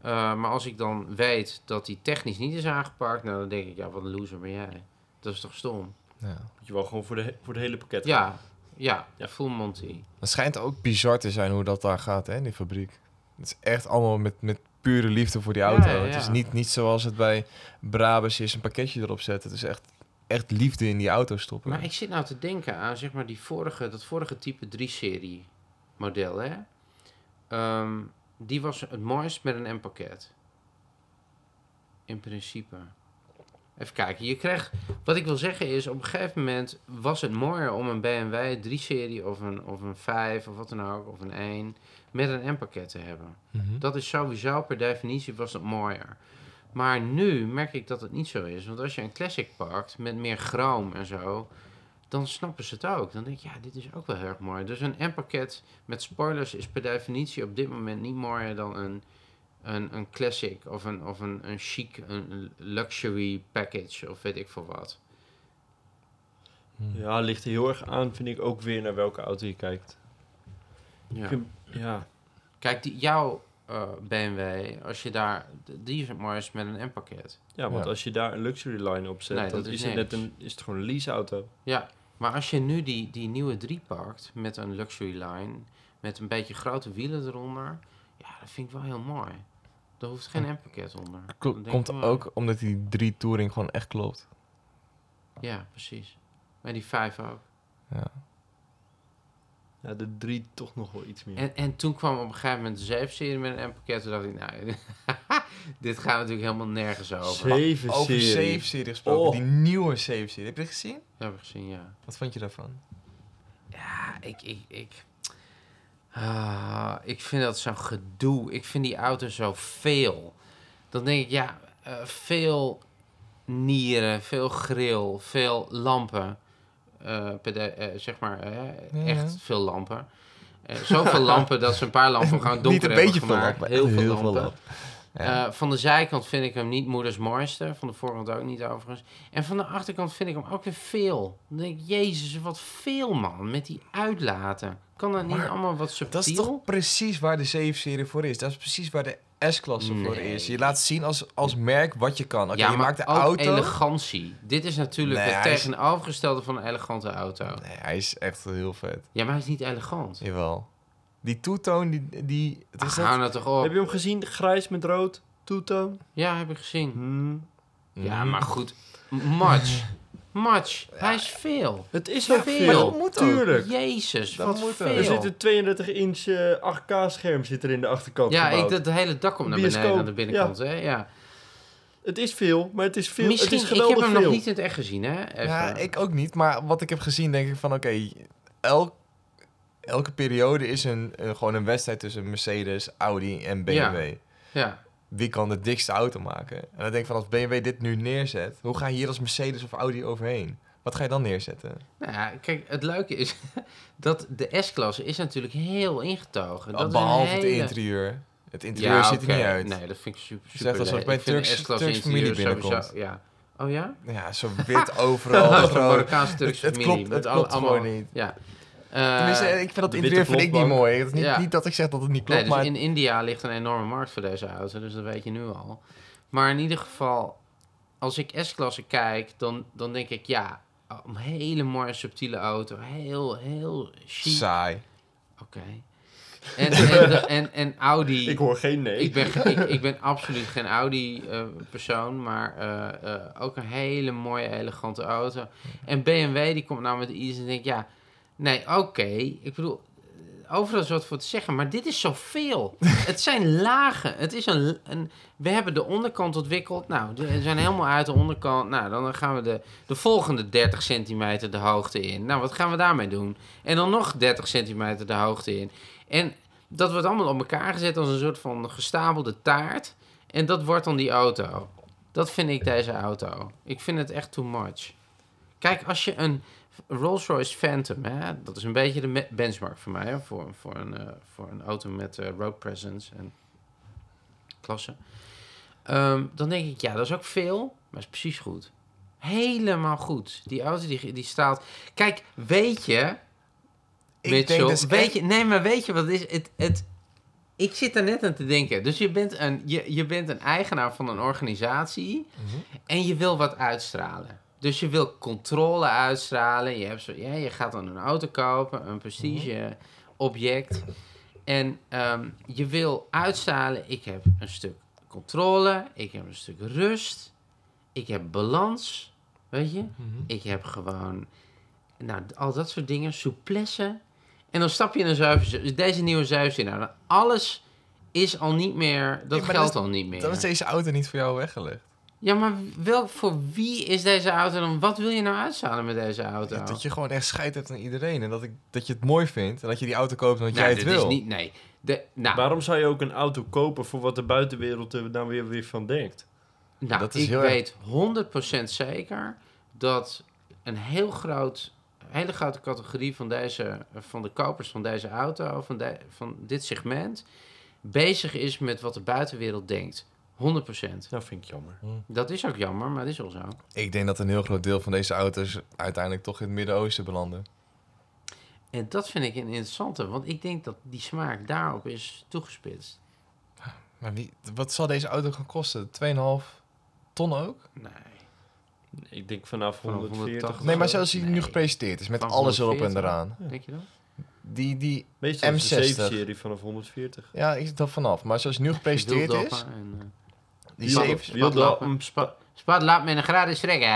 Speaker 3: Eh, maar als ik dan weet dat die technisch niet is aangepakt, nou, dan denk ik ja, wat een loser ben jij. Dat is toch stom?
Speaker 1: Ja.
Speaker 2: Moet je wel gewoon voor, de, he- voor het hele pakket gaan.
Speaker 3: Ja, ja,
Speaker 2: Ja.
Speaker 3: full Monty.
Speaker 1: Het schijnt ook bizar te zijn hoe dat daar gaat, hè, in die fabriek. Het is echt allemaal met, met pure liefde voor die
Speaker 3: Ja,
Speaker 1: auto.
Speaker 3: ja,
Speaker 1: Het is
Speaker 3: ja.
Speaker 1: niet, niet zoals het bij Brabus is, een pakketje erop zetten. Het is echt, echt liefde in die auto stoppen.
Speaker 3: Maar ik zit nou te denken aan zeg maar die vorige, dat vorige type 3-serie model, hè? Ehm, die was het mooist met een M-pakket. In principe. Even kijken, je krijgt... Wat ik wil zeggen is, op een gegeven moment was het mooier om een BMW 3-serie of een, of een 5 of wat dan ook, of een 1, met een M-pakket te hebben.
Speaker 1: Mhm.
Speaker 3: Dat is sowieso per definitie was het mooier. Maar nu merk ik dat het niet zo is. Want als je een classic pakt met meer chroom en zo, dan snappen ze het ook. Dan denk je, ja, dit is ook wel heel erg mooi. Dus een M-pakket met spoilers is per definitie op dit moment niet mooier dan een een, een classic of een, of een, een chic, een luxury package of weet ik veel wat.
Speaker 2: Ja, ligt er heel erg aan, vind ik ook weer naar welke auto je kijkt.
Speaker 3: Ja.
Speaker 2: Ik- ja.
Speaker 3: Kijk, die, jouw eh, BMW, als je daar, die is maar eens met een M-pakket.
Speaker 2: Ja, want
Speaker 1: Ja.
Speaker 2: als je daar een luxury line op zet,
Speaker 3: Nee,
Speaker 2: dan
Speaker 3: dat is
Speaker 2: is het,
Speaker 3: niks.
Speaker 2: net een, is het gewoon een leaseauto.
Speaker 3: Ja, maar als je nu die, die nieuwe 3 pakt met een luxury line, met een beetje grote wielen eronder, ja, dat vind ik wel heel mooi. Er hoeft geen M-pakket onder. Dan denk ik,
Speaker 1: komt
Speaker 3: oh,
Speaker 1: ook omdat die drie touring gewoon echt klopt.
Speaker 3: Ja, precies. En die 5 ook.
Speaker 2: Ja, de drie toch nog wel iets meer.
Speaker 3: En, en toen kwam op een gegeven moment de zeepserie met een M-pakket. Toen dacht ik, nou, <laughs> dit gaat natuurlijk helemaal nergens over.
Speaker 2: Zeven
Speaker 1: Over
Speaker 2: serie.
Speaker 1: Safe Serie gesproken,
Speaker 2: Oh.
Speaker 1: die nieuwe Safe Serie. Heb je dat gezien?
Speaker 3: Dat heb ik gezien, ja.
Speaker 1: Wat vond je daarvan?
Speaker 3: Ja, ik... ik, ik Ah, ik vind dat zo'n gedoe. Ik vind die auto zo veel. Dan denk ik, ja, eh, veel nieren, veel grill, veel lampen. Eh, pede- eh, zeg maar, eh,
Speaker 1: Ja.
Speaker 3: echt veel lampen. Eh, zoveel lampen dat ze een paar
Speaker 1: <laughs>
Speaker 3: lampen gewoon donker
Speaker 1: Niet een
Speaker 3: hebben
Speaker 1: beetje veel
Speaker 3: gemaakt.
Speaker 1: lampen,
Speaker 3: Heel
Speaker 1: echt
Speaker 3: veel
Speaker 1: heel veel
Speaker 3: lampen.
Speaker 1: lampen.
Speaker 3: Eh, van de zijkant vind ik hem niet moeders mooiste. Van de voorkant ook niet overigens. En van de achterkant vind ik hem ook weer veel. Dan denk ik, jezus, wat veel man. Met die uitlaten. Kan dat niet
Speaker 1: Maar
Speaker 3: allemaal wat
Speaker 1: Dat is
Speaker 3: subtiel?
Speaker 1: toch precies waar de 7-serie voor is. Dat is precies waar de S-klasse voor
Speaker 3: Nee.
Speaker 1: is. Je laat zien als, als merk wat je kan. Oké,
Speaker 3: ja,
Speaker 1: je
Speaker 3: maar
Speaker 1: maakt de
Speaker 3: ook
Speaker 1: auto...
Speaker 3: elegantie. Dit is natuurlijk
Speaker 1: Nee,
Speaker 3: het
Speaker 1: hij is-
Speaker 3: tegenovergestelde van een elegante auto.
Speaker 1: Nee, hij is echt heel vet.
Speaker 3: Ja, maar hij is niet elegant.
Speaker 1: Jawel. Die toetoon, die... die het is
Speaker 3: Ach, hou
Speaker 1: dat...
Speaker 3: nou toch op.
Speaker 2: Heb je hem gezien? Grijs met rood, toetoon.
Speaker 3: Ja, heb ik gezien.
Speaker 2: Hmm.
Speaker 1: Mm. Mhm.
Speaker 3: Ja, maar goed. Much. Much. Hij is veel.
Speaker 2: Het is
Speaker 3: Ja,
Speaker 2: ook
Speaker 3: veel.
Speaker 2: veel.
Speaker 3: Maar dat
Speaker 1: moet ook.
Speaker 2: Tuurlijk.
Speaker 3: Jezus,
Speaker 1: Dat
Speaker 3: wat
Speaker 1: moet er.
Speaker 3: veel.
Speaker 2: Er zit een 32 inch 8K scherm zit er in de achterkant
Speaker 3: Ja, ik,
Speaker 2: gebouwd.
Speaker 3: dat hele dak komt naar beneden
Speaker 2: Bioscoop,
Speaker 3: aan de binnenkant. Hè? Ja.
Speaker 2: Het is veel, maar het is veel.
Speaker 3: Misschien,
Speaker 2: het is
Speaker 3: ik heb
Speaker 2: geweldig
Speaker 3: hem
Speaker 2: veel.
Speaker 3: nog niet in het echt gezien, hè? Even.
Speaker 1: Ja, ik ook niet. Maar wat ik heb gezien, denk ik van... Oké, elk, elke periode is een, eh, gewoon een wedstrijd tussen Mercedes, Audi en BMW.
Speaker 3: Ja.
Speaker 1: Wie kan de dikste auto maken? En dan denk ik van, als BMW dit nu neerzet... Hoe ga je hier als Mercedes of Audi overheen? Wat ga je dan neerzetten?
Speaker 3: Nou ja, kijk, het leuke is <laughs> dat de S-klasse is natuurlijk heel ingetogen. Dat is een
Speaker 1: Behalve
Speaker 3: hele-
Speaker 1: het interieur. Het interieur
Speaker 3: Ja,
Speaker 1: ziet er
Speaker 3: oké.
Speaker 1: niet uit.
Speaker 3: Nee, dat vind ik super,
Speaker 1: is
Speaker 3: super
Speaker 1: echt alsof
Speaker 3: leuk.
Speaker 1: bij
Speaker 3: Ik vind de
Speaker 1: Turks-
Speaker 3: S-klasse
Speaker 1: Turks
Speaker 3: interieur
Speaker 1: familie
Speaker 3: sowieso-
Speaker 1: binnenkomt.
Speaker 3: Ja. Oh ja?
Speaker 1: Ja, <laughs> zo wit
Speaker 3: <laughs>
Speaker 1: overal.
Speaker 3: Zo'n
Speaker 1: groot.
Speaker 3: Marokkaanse Turks
Speaker 1: Het- het
Speaker 3: familie.
Speaker 1: klopt- het
Speaker 3: met al-
Speaker 1: klopt
Speaker 3: allemaal,
Speaker 1: gewoon niet.
Speaker 3: Ja.
Speaker 1: Tenminste,
Speaker 3: Eh,
Speaker 1: ik vind dat
Speaker 2: de
Speaker 1: interieur
Speaker 2: witte
Speaker 1: vind ik niet
Speaker 2: blokbank.
Speaker 1: mooi. Het is niet,
Speaker 3: Ja.
Speaker 1: niet dat ik zeg dat het niet klopt,
Speaker 3: Nee, dus
Speaker 1: maar...
Speaker 3: in India ligt een enorme markt voor deze auto, dus dat weet je nu al. Maar in ieder geval, als ik S-klasse kijk, dan, dan denk ik ja, oh, een hele mooie subtiele auto, heel, heel chic.
Speaker 1: Saai.
Speaker 3: Oké. En, en, de- en, en Audi.
Speaker 2: <laughs> Ik
Speaker 3: Ik,
Speaker 2: hoor geen nee.
Speaker 3: ben, ge- ik, ik ben absoluut geen Audi-persoon, maar eh, eh, ook een hele mooie, elegante auto. En BMW, die komt nou met iets en denkt, ja, nee, oké. Ik bedoel, eh, overal is wat voor te zeggen, maar dit is zoveel. Het zijn lagen. Het is een, een, we hebben de onderkant ontwikkeld. Nou, we zijn helemaal uit de onderkant. Nou, dan gaan we de, de volgende 30 centimeter de hoogte in. Nou, wat gaan we daarmee doen? En dan nog 30 centimeter de hoogte in. En dat wordt allemaal op elkaar gezet als een soort van gestapelde taart. En dat wordt dan die auto. Dat vind ik deze auto. Ik vind het echt too much. Kijk, als je een Rolls Royce Phantom, hè, dat is een beetje de me- benchmark voor mij, hè, voor, voor, een, eh, voor een auto met eh, road presence en klasse. Ehm, dan denk ik, ja, dat is ook veel, maar is precies goed. Helemaal goed. Die auto die, die staat. Kijk, weet je,
Speaker 1: Ik
Speaker 3: Mitchell,
Speaker 1: denk dat is
Speaker 3: weet
Speaker 1: echt-
Speaker 3: je, nee, maar weet je wat het is? Het, het, ik zit daar net aan te denken. Dus je bent een, je, je bent een eigenaar van een organisatie
Speaker 1: Mhm.
Speaker 3: en je wil wat uitstralen. Dus je wil controle uitstralen. Je, hebt zo, ja, je gaat dan een auto kopen,
Speaker 1: Mhm.
Speaker 3: een prestige object. En ehm, je wil uitstralen, ik heb een stuk controle, ik heb een stuk rust, ik heb balans, weet je? Ik heb gewoon, nou, al dat soort dingen, souplesse. En dan stap je in een zuiver, dus deze nieuwe zuiver, nou, dan alles is al niet meer, dat
Speaker 1: Ja, maar
Speaker 3: geldt
Speaker 1: dat
Speaker 3: al niet meer.
Speaker 1: Dan is deze auto niet voor jou weggelegd.
Speaker 3: Ja, maar wel, voor wie is deze auto dan? Wat wil je nou uitstralen met deze auto?
Speaker 1: Dat je gewoon echt scheid hebt aan iedereen. En dat, ik, dat je het mooi vindt. En dat je die auto koopt omdat
Speaker 3: Nou,
Speaker 1: jij het
Speaker 3: dit
Speaker 1: wil.
Speaker 3: Is niet, nee. De, nou,
Speaker 2: Waarom zou je ook een auto kopen voor wat de buitenwereld er dan weer, weer van denkt?
Speaker 3: Nou,
Speaker 1: Dat is
Speaker 3: ik
Speaker 1: heel erg-
Speaker 3: weet 100% zeker dat een heel groot, een hele grote categorie van, deze, van de kopers van deze auto, van, de- van dit segment, bezig is met wat de buitenwereld denkt. 100%.
Speaker 2: Nou, vind ik jammer.
Speaker 3: Dat is ook jammer, maar dat is wel zo.
Speaker 1: Ik denk dat een heel groot deel van deze auto's uiteindelijk toch in het Midden-Oosten belanden.
Speaker 3: En dat vind ik een interessante, want ik denk dat die smaak daarop is toegespitst.
Speaker 1: Maar wie, wat zal deze auto gaan kosten? 2,5 ton ook?
Speaker 3: Nee.
Speaker 2: Ik denk vanaf
Speaker 3: Vanaf
Speaker 2: 140.
Speaker 3: 180.
Speaker 1: Nee, maar zoals die nu
Speaker 3: Nee.
Speaker 1: gepresenteerd is, met
Speaker 3: Vanaf
Speaker 1: alles erop en
Speaker 3: 140.
Speaker 1: eraan.
Speaker 3: Denk je dat?
Speaker 1: Die, die,
Speaker 2: Meestal is de
Speaker 1: M60.
Speaker 2: 7-serie vanaf 140.
Speaker 1: ja, ik zit er vanaf. Maar zoals die nu gepresenteerd is,
Speaker 3: Wieldlappen en, eh,
Speaker 1: die
Speaker 2: Wieldo-
Speaker 1: 7...
Speaker 2: Wieldo- Spa-
Speaker 3: Spat laat me in een gratis trek
Speaker 1: <laughs>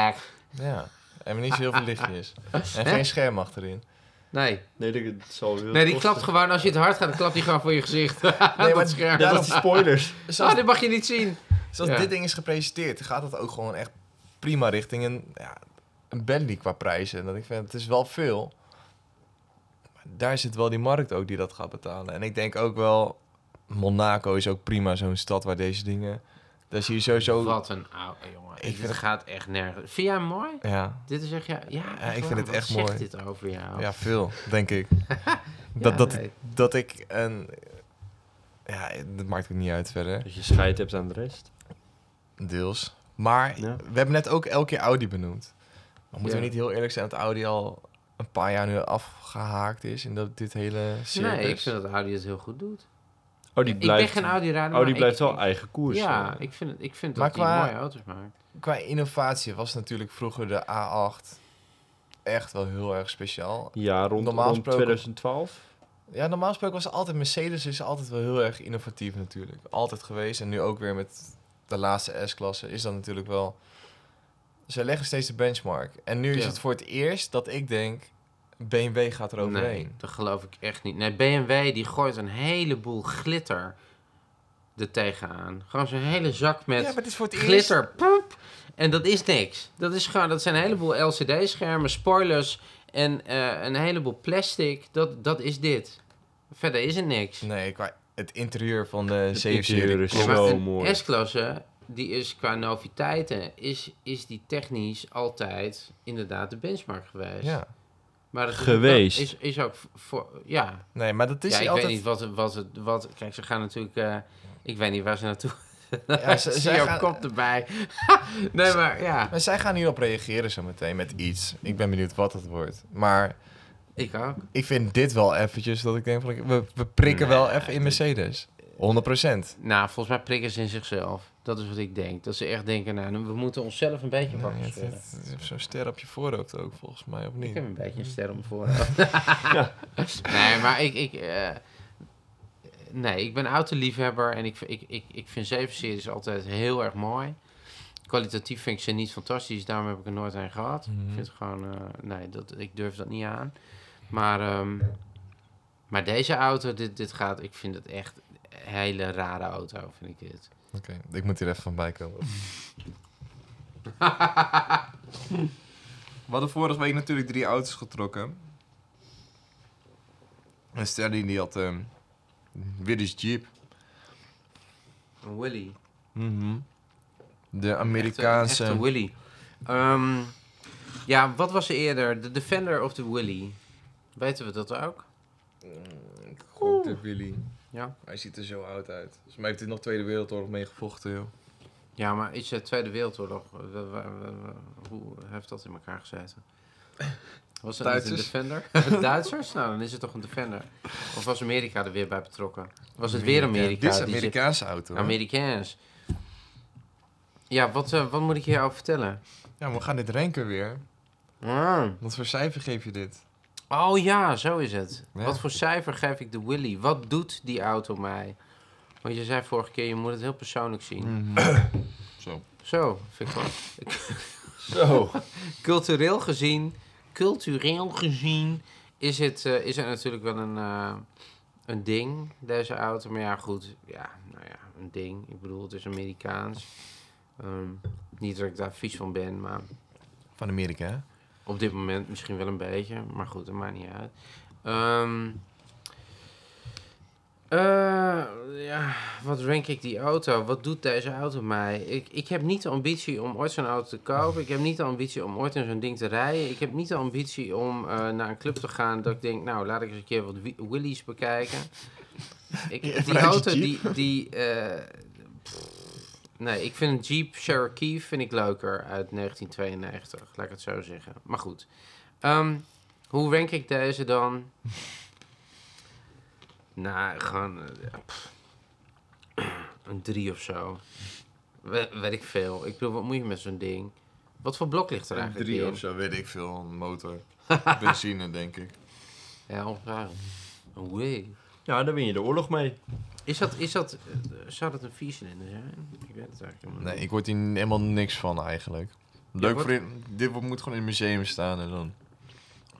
Speaker 1: Ja, en niet zo heel veel lichtjes. En geen scherm achterin.
Speaker 3: Nee.
Speaker 2: Nee, dat- dat zal wel
Speaker 3: nee, die
Speaker 2: kosten.
Speaker 3: klapt gewoon. Als je het hard gaat, dan klapt die gewoon voor je
Speaker 1: <laughs>
Speaker 3: gezicht. nee, dat
Speaker 1: maar-
Speaker 3: scherm.
Speaker 2: Ja, <laughs> dat is die
Speaker 1: <laughs>
Speaker 2: spoilers.
Speaker 1: Zoals,
Speaker 3: Ah, dit mag je niet zien.
Speaker 1: zoals
Speaker 3: Ja.
Speaker 1: Dus dit ding is gepresenteerd, gaat het ook gewoon echt prima richting een, ja, een Bentley qua prijzen. En dat ik vind, het is wel veel. Maar daar zit wel die markt ook die dat gaat betalen. En ik denk ook wel, Monaco is ook prima zo'n stad waar deze dingen... Daar zie je sowieso...
Speaker 3: Wat een oude jongen.
Speaker 1: vind
Speaker 3: Ik het
Speaker 1: het-
Speaker 3: gaat echt nergens. Vind jij hem mooi?
Speaker 1: Ja,
Speaker 3: Dit is echt, ja, ja,
Speaker 1: ik vind
Speaker 3: waar.
Speaker 1: het
Speaker 3: Wat
Speaker 1: echt
Speaker 3: zegt
Speaker 1: mooi.
Speaker 3: dit over jou?
Speaker 1: Ja, veel, denk
Speaker 3: <laughs>
Speaker 1: ik. dat, dat,
Speaker 3: nee.
Speaker 1: dat ik een... Ja, dat maakt ook niet uit verder,
Speaker 2: Dat je scheid hebt aan de rest.
Speaker 1: deels. Maar
Speaker 2: Ja.
Speaker 1: we hebben net ook elke keer Audi benoemd. Maar moeten we
Speaker 3: Ja.
Speaker 1: niet heel eerlijk zijn dat Audi al een paar jaar nu afgehaakt is... en dat dit hele circus...
Speaker 3: Nee, ik vind dat Audi het heel goed doet.
Speaker 2: Oh, die
Speaker 3: Ik ben
Speaker 2: blijft,
Speaker 3: geen Audi-rijder.
Speaker 2: oh, die
Speaker 3: maar
Speaker 2: blijft
Speaker 3: ik,
Speaker 2: wel eigen koers.
Speaker 3: Ja,
Speaker 2: eh.
Speaker 3: ik vind, het- ik vind
Speaker 1: Maar
Speaker 3: dat hij
Speaker 1: qua-
Speaker 3: mooie auto's maakt.
Speaker 1: Qua innovatie was natuurlijk vroeger de A8 echt wel heel erg speciaal.
Speaker 2: ja rond,
Speaker 1: Normaal
Speaker 2: rond
Speaker 1: gesproken-
Speaker 2: 2012.
Speaker 1: Ja, normaal gesproken was altijd Mercedes is altijd wel heel erg innovatief natuurlijk. Altijd geweest en nu ook weer met de laatste S-klasse is dat natuurlijk wel. Ze leggen steeds de benchmark. En nu is
Speaker 3: Ja.
Speaker 1: het voor het eerst dat ik denk BMW gaat er overheen.
Speaker 3: Nee, dat geloof ik echt niet. Nee, BMW die gooit een heleboel glitter er tegenaan. Gewoon zo'n hele zak met...
Speaker 1: Ja, maar het is voor het eerst.
Speaker 3: glitter. Poep. En dat is niks. Dat, is gewoon, dat zijn een heleboel LCD-schermen, spoilers en eh, een heleboel plastic. Dat, dat is dit. Verder is er niks.
Speaker 1: Nee, qua het interieur van de
Speaker 2: Het
Speaker 1: 7
Speaker 2: interieur
Speaker 1: serie
Speaker 2: is
Speaker 1: klopt.
Speaker 2: zo-
Speaker 3: maar een
Speaker 2: mooi.
Speaker 3: S-klasse, die is qua noviteiten, is, is die technisch altijd inderdaad de benchmark geweest.
Speaker 1: Ja.
Speaker 3: Maar dat is-
Speaker 2: Geweest.
Speaker 3: Is, is ook voor, ja.
Speaker 1: Nee, maar dat is
Speaker 3: ja, ik
Speaker 1: altijd.
Speaker 3: weet niet wat, wat, het- wat, kijk, ze gaan natuurlijk, eh, ik weet niet waar ze naartoe.
Speaker 1: Ja, ze-
Speaker 3: <laughs> Zie
Speaker 1: zij
Speaker 3: jouw
Speaker 1: gaan-
Speaker 3: kop erbij. <laughs> nee, maar ja,
Speaker 1: Maar zij gaan hierop reageren zo meteen met iets. Ik ben benieuwd wat het wordt. Maar
Speaker 3: ik ook.
Speaker 1: ik vind dit wel eventjes dat ik denk van we, we prikken wel
Speaker 3: Nee.
Speaker 1: even in Mercedes. 100
Speaker 3: Nou, volgens mij prikken ze in zichzelf. Dat is wat ik denk. Dat ze echt denken, nou, we moeten onszelf een beetje
Speaker 1: Nee,
Speaker 3: wakker
Speaker 1: het,
Speaker 3: schudden.
Speaker 1: het- het heeft zo'n ster op je voorhoofd ook, volgens mij, of
Speaker 3: Ik
Speaker 1: niet?
Speaker 3: heb een beetje een ster om
Speaker 1: <laughs>
Speaker 3: voor. Nee, maar ik... ik eh, nee, ik ben autoliefhebber en ik, ik, ik, ik vind 7 series altijd heel erg mooi. Kwalitatief vind ik ze niet fantastisch, daarom heb ik er nooit een gehad.
Speaker 1: Mhm.
Speaker 3: Ik vind het gewoon... eh, nee, dat, ik durf dat niet aan. Maar, ehm, maar deze auto, dit, dit gaat... Ik vind het echt een hele rare auto, vind ik dit.
Speaker 1: Oké, ik moet hier even van bij komen. <laughs> We hadden vorige week natuurlijk drie auto's getrokken. En Sterling die had ehm weer eens Jeep.
Speaker 3: Een Willy.
Speaker 1: De
Speaker 3: Echte-
Speaker 1: Amerikaanse...
Speaker 3: echte Willy. Ehm, ja, wat was er eerder? De Defender of de Willy? Weten we dat ook?
Speaker 1: Goed, de Willy.
Speaker 3: Ja.
Speaker 1: Hij ziet er zo oud uit. Dus mij heeft hij nog Tweede Wereldoorlog meegevochten, joh.
Speaker 3: Ja, maar is de Tweede Wereldoorlog, we- we- we- we- hoe heeft dat in elkaar gezeten? Was dat niet een
Speaker 1: Duitsers? <laughs>
Speaker 3: Defender? Duitsers? Nou, dan is het toch een Defender. Of was Amerika er weer bij betrokken? Was het weer Amerika?
Speaker 1: Dit is
Speaker 3: die zit-
Speaker 1: Amerikaanse auto. hè?
Speaker 3: Amerikaans. Ja, wat, eh, wat moet ik hierover vertellen?
Speaker 1: Ja, maar we gaan dit renken weer.
Speaker 3: Mm.
Speaker 1: Wat voor cijfer geef je dit?
Speaker 3: Oh ja, zo is het.
Speaker 1: Ja.
Speaker 3: Wat voor cijfer geef ik de Willy? Wat doet die auto mij? Want je zei vorige keer, je moet het heel persoonlijk zien.
Speaker 1: Zo.
Speaker 3: Zo, vind ik wel.
Speaker 2: Zo.
Speaker 3: <laughs> Cultureel gezien, cultureel gezien, is het, eh, is het natuurlijk wel een, eh, een ding, deze auto. Maar ja, goed, ja, nou ja, een ding. Ik bedoel, het is Amerikaans. Ehm, niet dat ik daar vies van ben, maar
Speaker 1: Van Amerika, hè?
Speaker 3: Op dit moment misschien wel een beetje, maar goed, dat maakt niet uit. Ehm, eh, ja, wat rank ik die auto? Wat doet deze auto mij? Ik, ik heb niet de ambitie om ooit zo'n auto te kopen. Ik heb niet de ambitie om ooit in zo'n ding te rijden. Ik heb niet
Speaker 1: <laughs>
Speaker 3: de ambitie om eh, naar een club te gaan dat ik denk, nou, laat ik eens een keer wat wi- Willys bekijken. Ik,
Speaker 1: Ja,
Speaker 3: die
Speaker 1: vanuit je
Speaker 3: auto,
Speaker 1: Jeep.
Speaker 3: die... die eh, pff, nee, ik vind een Jeep Cherokee vind ik leuker uit 1992. Laat ik het zo zeggen. Maar goed. Ehm, hoe rank ik deze dan? nou, gewoon... eh, pff, een drie of zo. We, weet ik veel. Ik bedoel, wat moet je met zo'n ding? Wat voor blok ligt er
Speaker 1: Een
Speaker 3: eigenlijk
Speaker 1: drie
Speaker 3: in?
Speaker 1: of zo, weet ik veel. Een <laughs> motor. Benzine, denk ik.
Speaker 3: Ja, ongeveer. Wee.
Speaker 2: Ja, daar win je de oorlog mee.
Speaker 3: Is dat, is dat, eh, zou dat een viercilinder zijn? Ik weet het eigenlijk helemaal
Speaker 1: Nee,
Speaker 3: niet.
Speaker 1: ik word hier helemaal niks van eigenlijk. Leuk
Speaker 3: wat-
Speaker 1: voor in, dit wo- moet gewoon in het museum staan en dan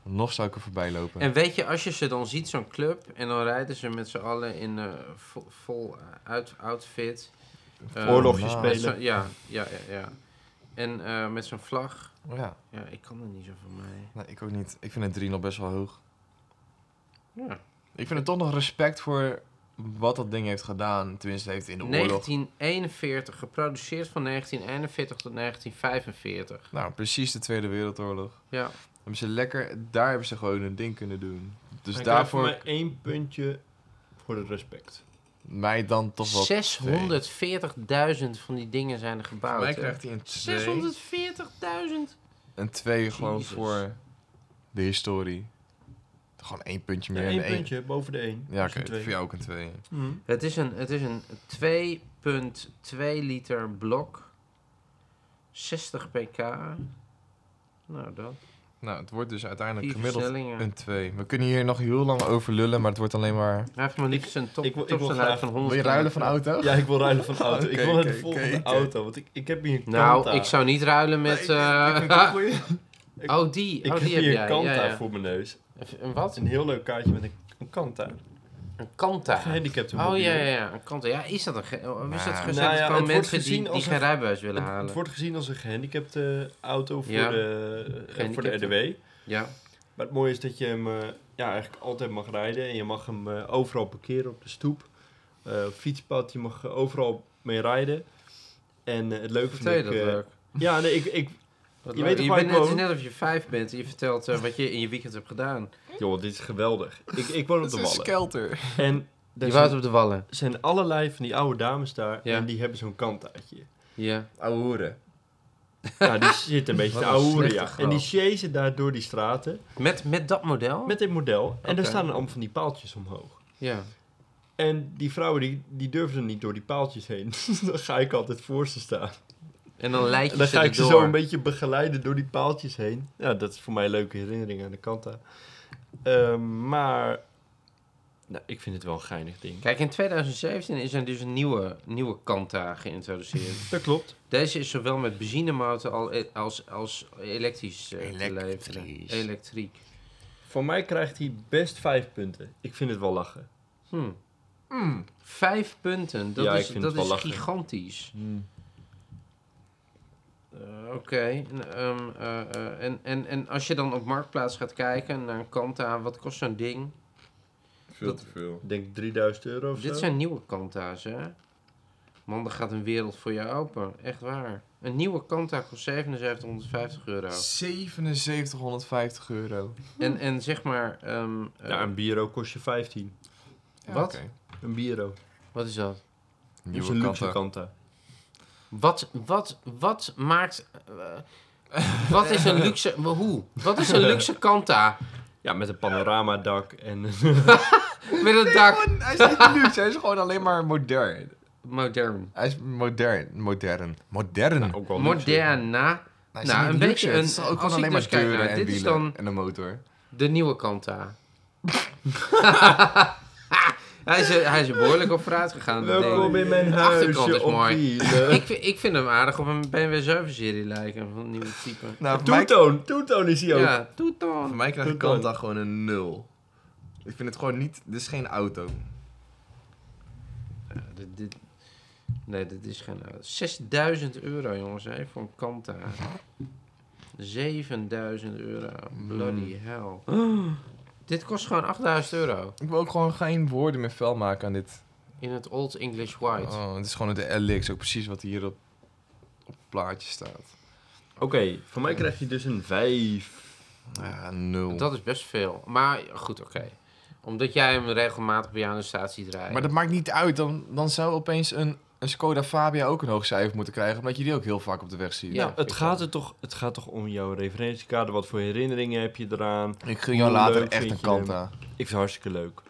Speaker 1: nog zou ik er voorbij lopen.
Speaker 3: En weet je, als je ze dan ziet, zo'n club, en dan rijden ze met z'n allen in eh, vo- vol eh, uit, outfit. eh,
Speaker 2: Oorlogje
Speaker 1: nou.
Speaker 3: met
Speaker 2: spelen.
Speaker 3: zo'n- Ja, ja, ja. ja. En eh, met zo'n vlag.
Speaker 1: Ja,
Speaker 3: Ja, ik kan er niet zo van mee.
Speaker 1: nou, ik ook niet. Ik vind een 3 nog best wel hoog.
Speaker 3: Ja.
Speaker 1: Ik vind het toch nog respect voor wat dat ding heeft gedaan. Tenminste, heeft in de oorlog.
Speaker 3: 1941, geproduceerd van 1941 tot 1945.
Speaker 1: Nou, precies de Tweede Wereldoorlog.
Speaker 3: Ja,
Speaker 1: Hebben ze lekker, daar hebben ze gewoon een ding kunnen doen. Dus
Speaker 2: Hij krijgt
Speaker 1: daarvoor
Speaker 2: voor mij één puntje voor het respect.
Speaker 1: mij dan toch wel...
Speaker 3: 640.000 van die dingen zijn er
Speaker 1: Voor
Speaker 3: gebouwd.
Speaker 1: mij
Speaker 3: hè?
Speaker 1: krijgt hij een 2.
Speaker 3: 640.000?
Speaker 1: Een 2 gewoon
Speaker 3: Jezus.
Speaker 1: voor de historie. Gewoon één puntje meer
Speaker 2: Ja,
Speaker 1: en
Speaker 2: één
Speaker 1: één.
Speaker 2: puntje boven de één.
Speaker 1: Ja,
Speaker 2: Dus
Speaker 1: oké.
Speaker 2: een twee.
Speaker 1: voor jou ook een 2.
Speaker 2: Mhm.
Speaker 3: Het is een, het is een 2.2 liter blok. 60 pk. Nou, dat.
Speaker 1: Nou, het wordt dus uiteindelijk
Speaker 3: Vier
Speaker 1: gemiddeld
Speaker 3: versnellingen.
Speaker 1: een 2. We kunnen hier nog heel lang over lullen, maar het wordt alleen maar...
Speaker 3: Hij heeft maar liefst een top,
Speaker 2: ik wil- ik wil
Speaker 3: topsnelheid
Speaker 2: graag-
Speaker 3: van 100
Speaker 1: Wil je ruilen van auto?
Speaker 2: Ja, ik wil ruilen van auto. ik
Speaker 1: Oké,
Speaker 2: wil naar de
Speaker 1: oké,
Speaker 2: volgende
Speaker 1: oké, oké.
Speaker 2: auto, want ik, ik heb hier een
Speaker 3: Nou,
Speaker 2: Kanta.
Speaker 3: ik zou niet ruilen met...
Speaker 2: Ik
Speaker 3: eh
Speaker 2: vind het
Speaker 3: <laughs>
Speaker 2: een goeie. ik-
Speaker 3: oh, die.
Speaker 2: Ik
Speaker 3: oh,
Speaker 2: heb
Speaker 3: die heb
Speaker 2: hier
Speaker 3: jij.
Speaker 2: een Kanta
Speaker 3: ja, ja.
Speaker 2: voor mijn neus.
Speaker 3: Even- Een
Speaker 2: Het
Speaker 3: wat?
Speaker 2: is een heel leuk kaartje met een, een Kanta.
Speaker 3: Een Kanta.
Speaker 2: Gehandicapte
Speaker 3: Oh,
Speaker 2: mobiel.
Speaker 3: ja, ja, ja. Een Kanta. Ja, is dat een... ge- of is dat
Speaker 1: Nou,
Speaker 3: gezegd
Speaker 2: nou ja,
Speaker 3: gewoon
Speaker 2: het wordt
Speaker 3: mensen die,
Speaker 2: gezien
Speaker 3: die
Speaker 2: als
Speaker 3: geen
Speaker 2: een-
Speaker 3: rijbewijs willen
Speaker 2: Het,
Speaker 3: halen?
Speaker 2: het wordt gezien als een gehandicapte auto voor,
Speaker 3: Ja.
Speaker 2: de, eh, voor de
Speaker 3: Gehandicapte.
Speaker 2: RDW.
Speaker 3: Ja.
Speaker 2: Maar het mooie is dat je hem eh, ja, eigenlijk altijd mag rijden. En je mag hem eh, overal parkeren op de stoep. eh, op fietspad, je mag eh, overal mee rijden. En eh, het leuke vind
Speaker 3: Vertel je
Speaker 2: ik...
Speaker 3: dat
Speaker 2: eh,
Speaker 3: leuk?
Speaker 2: Ja, nee, ik, ik...
Speaker 3: Wat
Speaker 2: je
Speaker 3: leuk.
Speaker 2: weet toch waar
Speaker 3: bent
Speaker 2: ik
Speaker 3: net, het
Speaker 2: woon?
Speaker 3: is net of je vijf bent en je vertelt eh, wat je in je weekend hebt
Speaker 2: <laughs>
Speaker 3: gedaan.
Speaker 2: Joh, dit is geweldig. Ik, ik woon op de Wallen.
Speaker 1: skelter.
Speaker 2: En er
Speaker 3: Je woont
Speaker 2: zijn,
Speaker 3: op de wallen.
Speaker 2: zijn allerlei van die oude dames daar.
Speaker 3: Ja.
Speaker 2: En die hebben zo'n kantaatje.
Speaker 3: Ja.
Speaker 1: Oude hoeren.
Speaker 2: Ja, die zit een beetje
Speaker 1: Wat
Speaker 2: te
Speaker 1: een
Speaker 2: ouwen,
Speaker 1: slechte
Speaker 2: ja.
Speaker 1: grap.
Speaker 2: En die chasen daar door die straten
Speaker 3: Met, met dat model?
Speaker 2: met dit model. En daar
Speaker 3: Oké.
Speaker 2: staan allemaal van die paaltjes omhoog.
Speaker 3: Ja.
Speaker 2: En die vrouwen die, die durfden niet door die paaltjes heen. <laughs> dan ga ik altijd voor ze staan.
Speaker 3: En dan leid je
Speaker 2: En dan
Speaker 3: ze
Speaker 2: ga ik
Speaker 3: erdoor.
Speaker 2: ze zo een beetje begeleiden door die paaltjes heen. Ja, dat is voor mij een leuke herinnering aan de kanta. Ehm, maar nou, ik vind het wel een geinig ding.
Speaker 3: Kijk, in 2017 is er dus een nieuwe, nieuwe Kanta
Speaker 2: <laughs>
Speaker 3: geïntroduceerd.
Speaker 2: Dat klopt.
Speaker 3: Deze is zowel met benzinemotor al- eh, als, als elektrisch eh, te
Speaker 1: Elektrisch.
Speaker 3: leveren. Elektriek.
Speaker 2: Voor mij krijgt hij best vijf punten. Ik vind het wel lachen.
Speaker 3: Hm. Vijf punten, dat
Speaker 2: Hmm. Ja, ik
Speaker 3: is,
Speaker 2: vind
Speaker 3: dat
Speaker 2: het wel
Speaker 3: is
Speaker 2: lachen.
Speaker 3: gigantisch.
Speaker 2: Hmm.
Speaker 3: Eh, Oké, en, ehm, eh, eh, en, en, en als je dan op Marktplaats gaat kijken naar een Kanta, wat kost zo'n ding?
Speaker 1: Veel te veel.
Speaker 2: Ik denk 3000 euro of
Speaker 3: Dit
Speaker 2: zo.
Speaker 3: zijn nieuwe Kanta's, hè? Man, er gaat een wereld voor jou open. Echt waar. Een nieuwe Kanta kost 7750 euro.
Speaker 1: 7750 euro.
Speaker 3: En, en zeg maar... ehm, eh,
Speaker 2: Ja, een bureau kost je 15.
Speaker 3: Wat?
Speaker 1: oké.
Speaker 2: Een bureau.
Speaker 3: Wat is dat?
Speaker 2: Dus
Speaker 1: Nieuwe
Speaker 2: een luxe
Speaker 1: kanta.
Speaker 2: kanta.
Speaker 3: Wat, wat, wat maakt... eh, wat is een luxe... maar Hoe? Wat is een luxe Kanta?
Speaker 2: Ja, met een panoramadak en <laughs> nou,
Speaker 3: Met een dak...
Speaker 1: Oh, Hij is niet luxe, hij is gewoon alleen maar modern.
Speaker 3: Modern.
Speaker 1: Hij is modern, modern, modern.
Speaker 2: ook wel luxe.
Speaker 3: Moderna.
Speaker 1: Hij is
Speaker 3: nou,
Speaker 1: niet
Speaker 3: een beetje
Speaker 1: Het
Speaker 3: een-
Speaker 1: is ook
Speaker 3: als
Speaker 1: gewoon
Speaker 3: ik
Speaker 1: alleen
Speaker 3: dus
Speaker 1: maar
Speaker 3: kijk
Speaker 1: deuren
Speaker 3: naar-
Speaker 1: en
Speaker 3: dit is
Speaker 1: wielen
Speaker 3: dan-
Speaker 1: en een motor.
Speaker 3: De nieuwe Kanta. <laughs> hij, is er, hij is er behoorlijk op vooruit gegaan. dat ding.
Speaker 2: Welkom in mijn
Speaker 3: De achterkant is
Speaker 2: huisje op
Speaker 3: mooi.
Speaker 2: wielen.
Speaker 3: ik, vind- ik vind hem aardig op een BMW 7-serie lijken, van een nieuwe type.
Speaker 2: <laughs>
Speaker 1: Nou, voor mij,
Speaker 2: Toetoon, toetoon is hij ook.
Speaker 3: Ja, doet
Speaker 1: voor
Speaker 3: dan.
Speaker 1: mij krijgt
Speaker 2: Doe
Speaker 1: Kanta gewoon een nul. Ik vind het gewoon niet, dit is geen auto.
Speaker 3: Ja, dit, dit- nee, dit is geen... 6000 euro, jongens, hè, voor een Kanta. 7000 euro. Bloody
Speaker 1: Hmm.
Speaker 3: hell.
Speaker 1: <gasps>
Speaker 3: Dit kost gewoon 8000 euro.
Speaker 1: Ik wil ook gewoon geen woorden meer fel maken aan dit.
Speaker 3: In het Old English White.
Speaker 1: Oh, het is gewoon de LX, ook precies wat hier op, op het plaatje staat.
Speaker 2: Oké, voor mij krijgt hij dus een 5.
Speaker 1: Ja, nul.
Speaker 3: Dat is best veel. Maar goed, oké. Omdat jij hem regelmatig bij jou in de staat ziet rijden.
Speaker 1: Maar dat maakt niet uit. Dan, dan zou opeens een, een Skoda Fabia ook een hoog cijfer moeten krijgen. Omdat je die ook heel vaak op de weg ziet.
Speaker 3: Ja.
Speaker 2: Het gaat, er toch, het gaat toch om jouw referentiekader. Wat voor herinneringen heb je eraan?
Speaker 1: Ik gun jou
Speaker 2: Hoe
Speaker 1: later
Speaker 2: leuk
Speaker 1: echt
Speaker 2: vind
Speaker 1: een
Speaker 2: je hem?
Speaker 1: kant aan.
Speaker 2: Ik vind het hartstikke
Speaker 1: <laughs>
Speaker 2: leuk.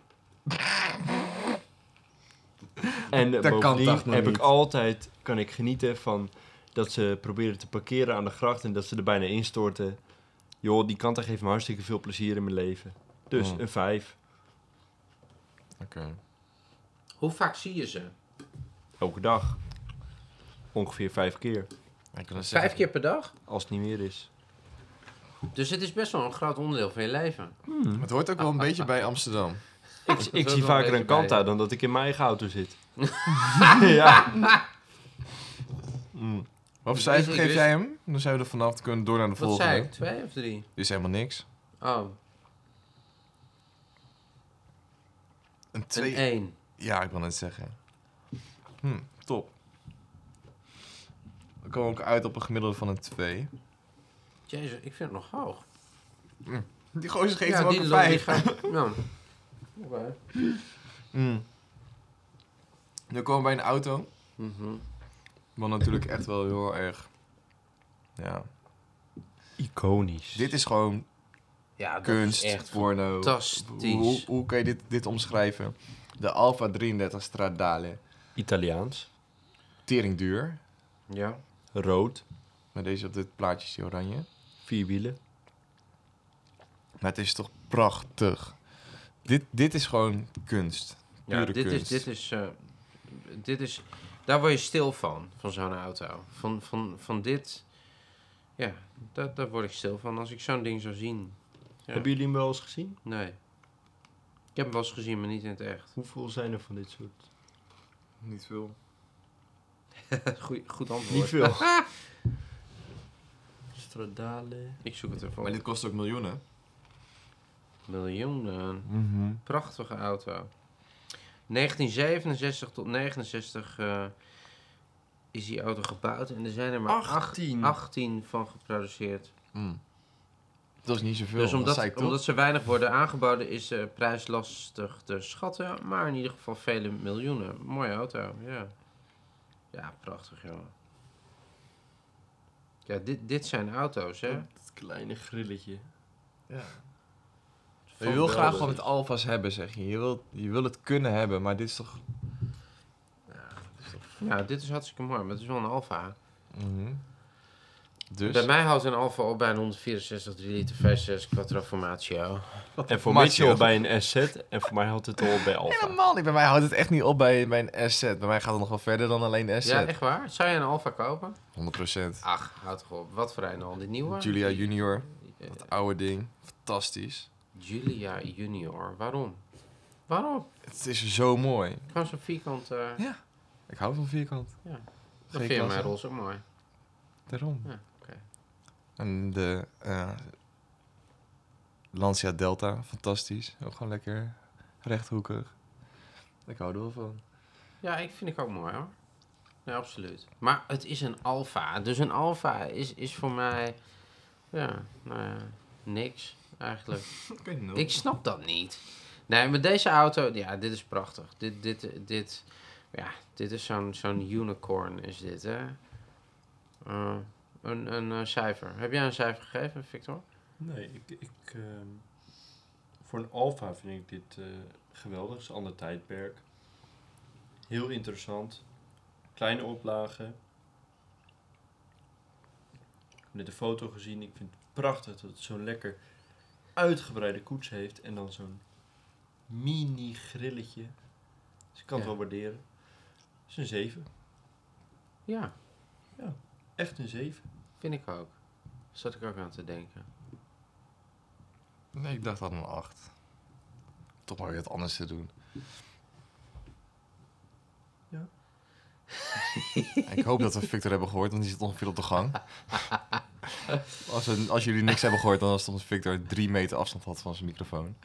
Speaker 2: en eh,
Speaker 1: kan
Speaker 2: bovendien
Speaker 1: toch nog
Speaker 2: heb
Speaker 1: niet?
Speaker 2: ik altijd, kan ik genieten van dat ze proberen te parkeren aan de gracht en dat ze er bijna instorten. Joh, die kanta geeft me hartstikke veel plezier in mijn leven. Dus
Speaker 1: Hmm.
Speaker 2: een vijf,
Speaker 1: Oké.
Speaker 3: Hoe vaak zie je ze?
Speaker 2: elke dag. Ongeveer vijf keer,
Speaker 1: Ik wil zeggen-
Speaker 3: Vijf keer per dag?
Speaker 2: als het niet meer is.
Speaker 3: Dus het is best wel een groot onderdeel van je leven.
Speaker 1: hm, Het hoort ook wel een beetje bij Amsterdam.
Speaker 2: Ik,
Speaker 3: <laughs> Dat hoort
Speaker 2: ik zie
Speaker 3: wel een
Speaker 2: vaker een
Speaker 3: beetje bij.
Speaker 2: kanta dan dat ik in mijn eigen auto
Speaker 3: <laughs>
Speaker 2: zit. <laughs> ja. Mm.
Speaker 1: Wat voor
Speaker 3: Ik weet-
Speaker 1: cijfer
Speaker 3: ik
Speaker 1: geef
Speaker 3: wist-
Speaker 1: jij hem? Dan zouden we er vanaf kunnen door naar de
Speaker 3: dus- Wat zei
Speaker 1: volgende.
Speaker 3: ik? Twee of drie?
Speaker 1: Dit is helemaal niks.
Speaker 3: Oh,
Speaker 1: Een
Speaker 3: een
Speaker 1: twee.
Speaker 3: één.
Speaker 1: Ja, ik wil net zeggen. Hm, top. We komen ook uit op een gemiddelde van een 2.
Speaker 3: Jezus, ik vind het nog hoog.
Speaker 1: Die gozer geeft
Speaker 3: ja,
Speaker 1: hem ook
Speaker 3: die
Speaker 1: een
Speaker 3: lol, die
Speaker 1: 5.
Speaker 3: gaat- Nou. Ja. Oké.
Speaker 1: Nu komen we bij een auto.
Speaker 3: Mhm.
Speaker 1: Wat natuurlijk echt wel heel erg... Ja.
Speaker 2: Iconisch.
Speaker 1: Dit is gewoon
Speaker 3: Ja, dat
Speaker 1: kunst,
Speaker 3: is echt
Speaker 1: porno.
Speaker 3: fantastisch.
Speaker 1: Hoe, hoe kan je dit, dit omschrijven? De Alfa 33 Stradale.
Speaker 2: Italiaans,
Speaker 1: Tering duur.
Speaker 3: Ja.
Speaker 2: rood,
Speaker 1: Maar deze op dit plaatje is die oranje.
Speaker 2: vier wielen.
Speaker 1: Maar het is toch prachtig. Dit, dit is gewoon kunst.
Speaker 3: Ja,
Speaker 1: Pure
Speaker 3: dit is,
Speaker 1: kunst.
Speaker 3: dit, is, eh, dit is. Daar word je stil van, van zo'n auto. Van, van, van dit. Ja, daar, daar word ik stil van als ik zo'n ding zou zien. Ja.
Speaker 2: Hebben jullie hem wel eens gezien?
Speaker 3: Nee. Ik heb hem wel eens gezien, maar niet in het <laughs> echt.
Speaker 2: Hoeveel zijn er van dit soort?
Speaker 1: Niet veel.
Speaker 3: Goed, goed
Speaker 2: Niet
Speaker 3: antwoord.
Speaker 2: veel. <laughs> Stradale.
Speaker 3: Ik zoek het ervoor.
Speaker 1: Maar dit kost ook miljoenen.
Speaker 3: Miljoenen.
Speaker 1: Mhm.
Speaker 3: Prachtige auto. 1967 tot 69 eh, is die auto gebouwd. En er zijn er maar acht-
Speaker 2: 18.
Speaker 3: 18 van geproduceerd.
Speaker 1: Mm. Dat is niet zoveel.
Speaker 3: Dus
Speaker 1: dat zei
Speaker 3: omdat,
Speaker 1: ik toch?
Speaker 3: omdat ze weinig worden aangeboden, is de prijs lastig te schatten. Maar in ieder geval vele miljoenen. Mooie auto, ja. Ja, prachtig, jongen. Ja, dit, dit zijn auto's, hè?
Speaker 2: Dat kleine grilletje.
Speaker 1: Je wil graag wat met alfa's hebben, zeg je. Je wil, je wil het kunnen hebben, maar dit is toch...
Speaker 3: Ja, dit is hartstikke mooi, maar het is wel een Alfa.
Speaker 1: Mhm. Dus...
Speaker 3: Bij mij houdt een Alfa op bij een 164 3 liter V6 Quattro Formatio.
Speaker 2: En
Speaker 1: Matteo.
Speaker 2: voor Mitchell bij een SZ en voor mij had het al bij Alfa.
Speaker 1: Helemaal niet. Bij mij houdt het echt niet op bij, bij een asset. Bij mij gaat het nog wel verder dan alleen de
Speaker 3: Ja,
Speaker 1: asset.
Speaker 3: echt waar? Zou je een Alfa kopen?
Speaker 1: 100%.
Speaker 3: Ach, houd toch op. Wat voor een al? De nieuwe?
Speaker 1: Julia Junior.
Speaker 3: Eh,
Speaker 1: Dat oude ding. Fantastisch.
Speaker 3: Julia Junior. Waarom? Waarom?
Speaker 1: Het is zo mooi.
Speaker 3: Gewoon zo'n vierkant... eh,
Speaker 1: Ik hou van vierkant.
Speaker 3: Ja. Dat vind je
Speaker 1: G-klasse.
Speaker 3: mijn roze ook mooi.
Speaker 1: Daarom.
Speaker 3: Ja, Ah, oké.
Speaker 1: En de eh, Lancia Delta, fantastisch. Ook gewoon lekker rechthoekig. Ik hou er wel van.
Speaker 3: Ja, ik vind ik ook mooi hoor. Nee, absoluut. Maar het is een alfa. Dus een alfa is, is voor mij... Ja, nou ja, niks
Speaker 1: <laughs>
Speaker 3: eigenlijk. Ik snap dat niet. Nee, maar deze auto... Ja, dit is prachtig. Dit, dit, dit... Ja, dit is zo'n zo'n unicorn is dit, hè? Eh, een een eh, cijfer. Heb jij een cijfer gegeven, Victor?
Speaker 2: Nee, ik... ik ehm, voor een Alfa vind ik dit eh, geweldig. Het is een ander tijdperk. Heel interessant. Kleine oplagen. Ik heb net een foto gezien. Ik vind het prachtig dat het zo'n lekker uitgebreide koets heeft. En dan zo'n mini grilletje. Dus ik kan het
Speaker 3: Ja.
Speaker 2: wel waarderen. Het is een 7.
Speaker 3: Ja,
Speaker 2: Echt een 7.
Speaker 3: vind ik ook. Zat ik ook aan te denken.
Speaker 1: Nee, ik dacht dat een 8. Toch maar weer wat anders te doen.
Speaker 2: Ja.
Speaker 1: <laughs> ik hoop dat we Victor hebben gehoord, want die zit ongeveer op de <laughs> gang. Als, we, als jullie niks hebben gehoord, dan was het omdat Victor drie meter afstand had van zijn microfoon.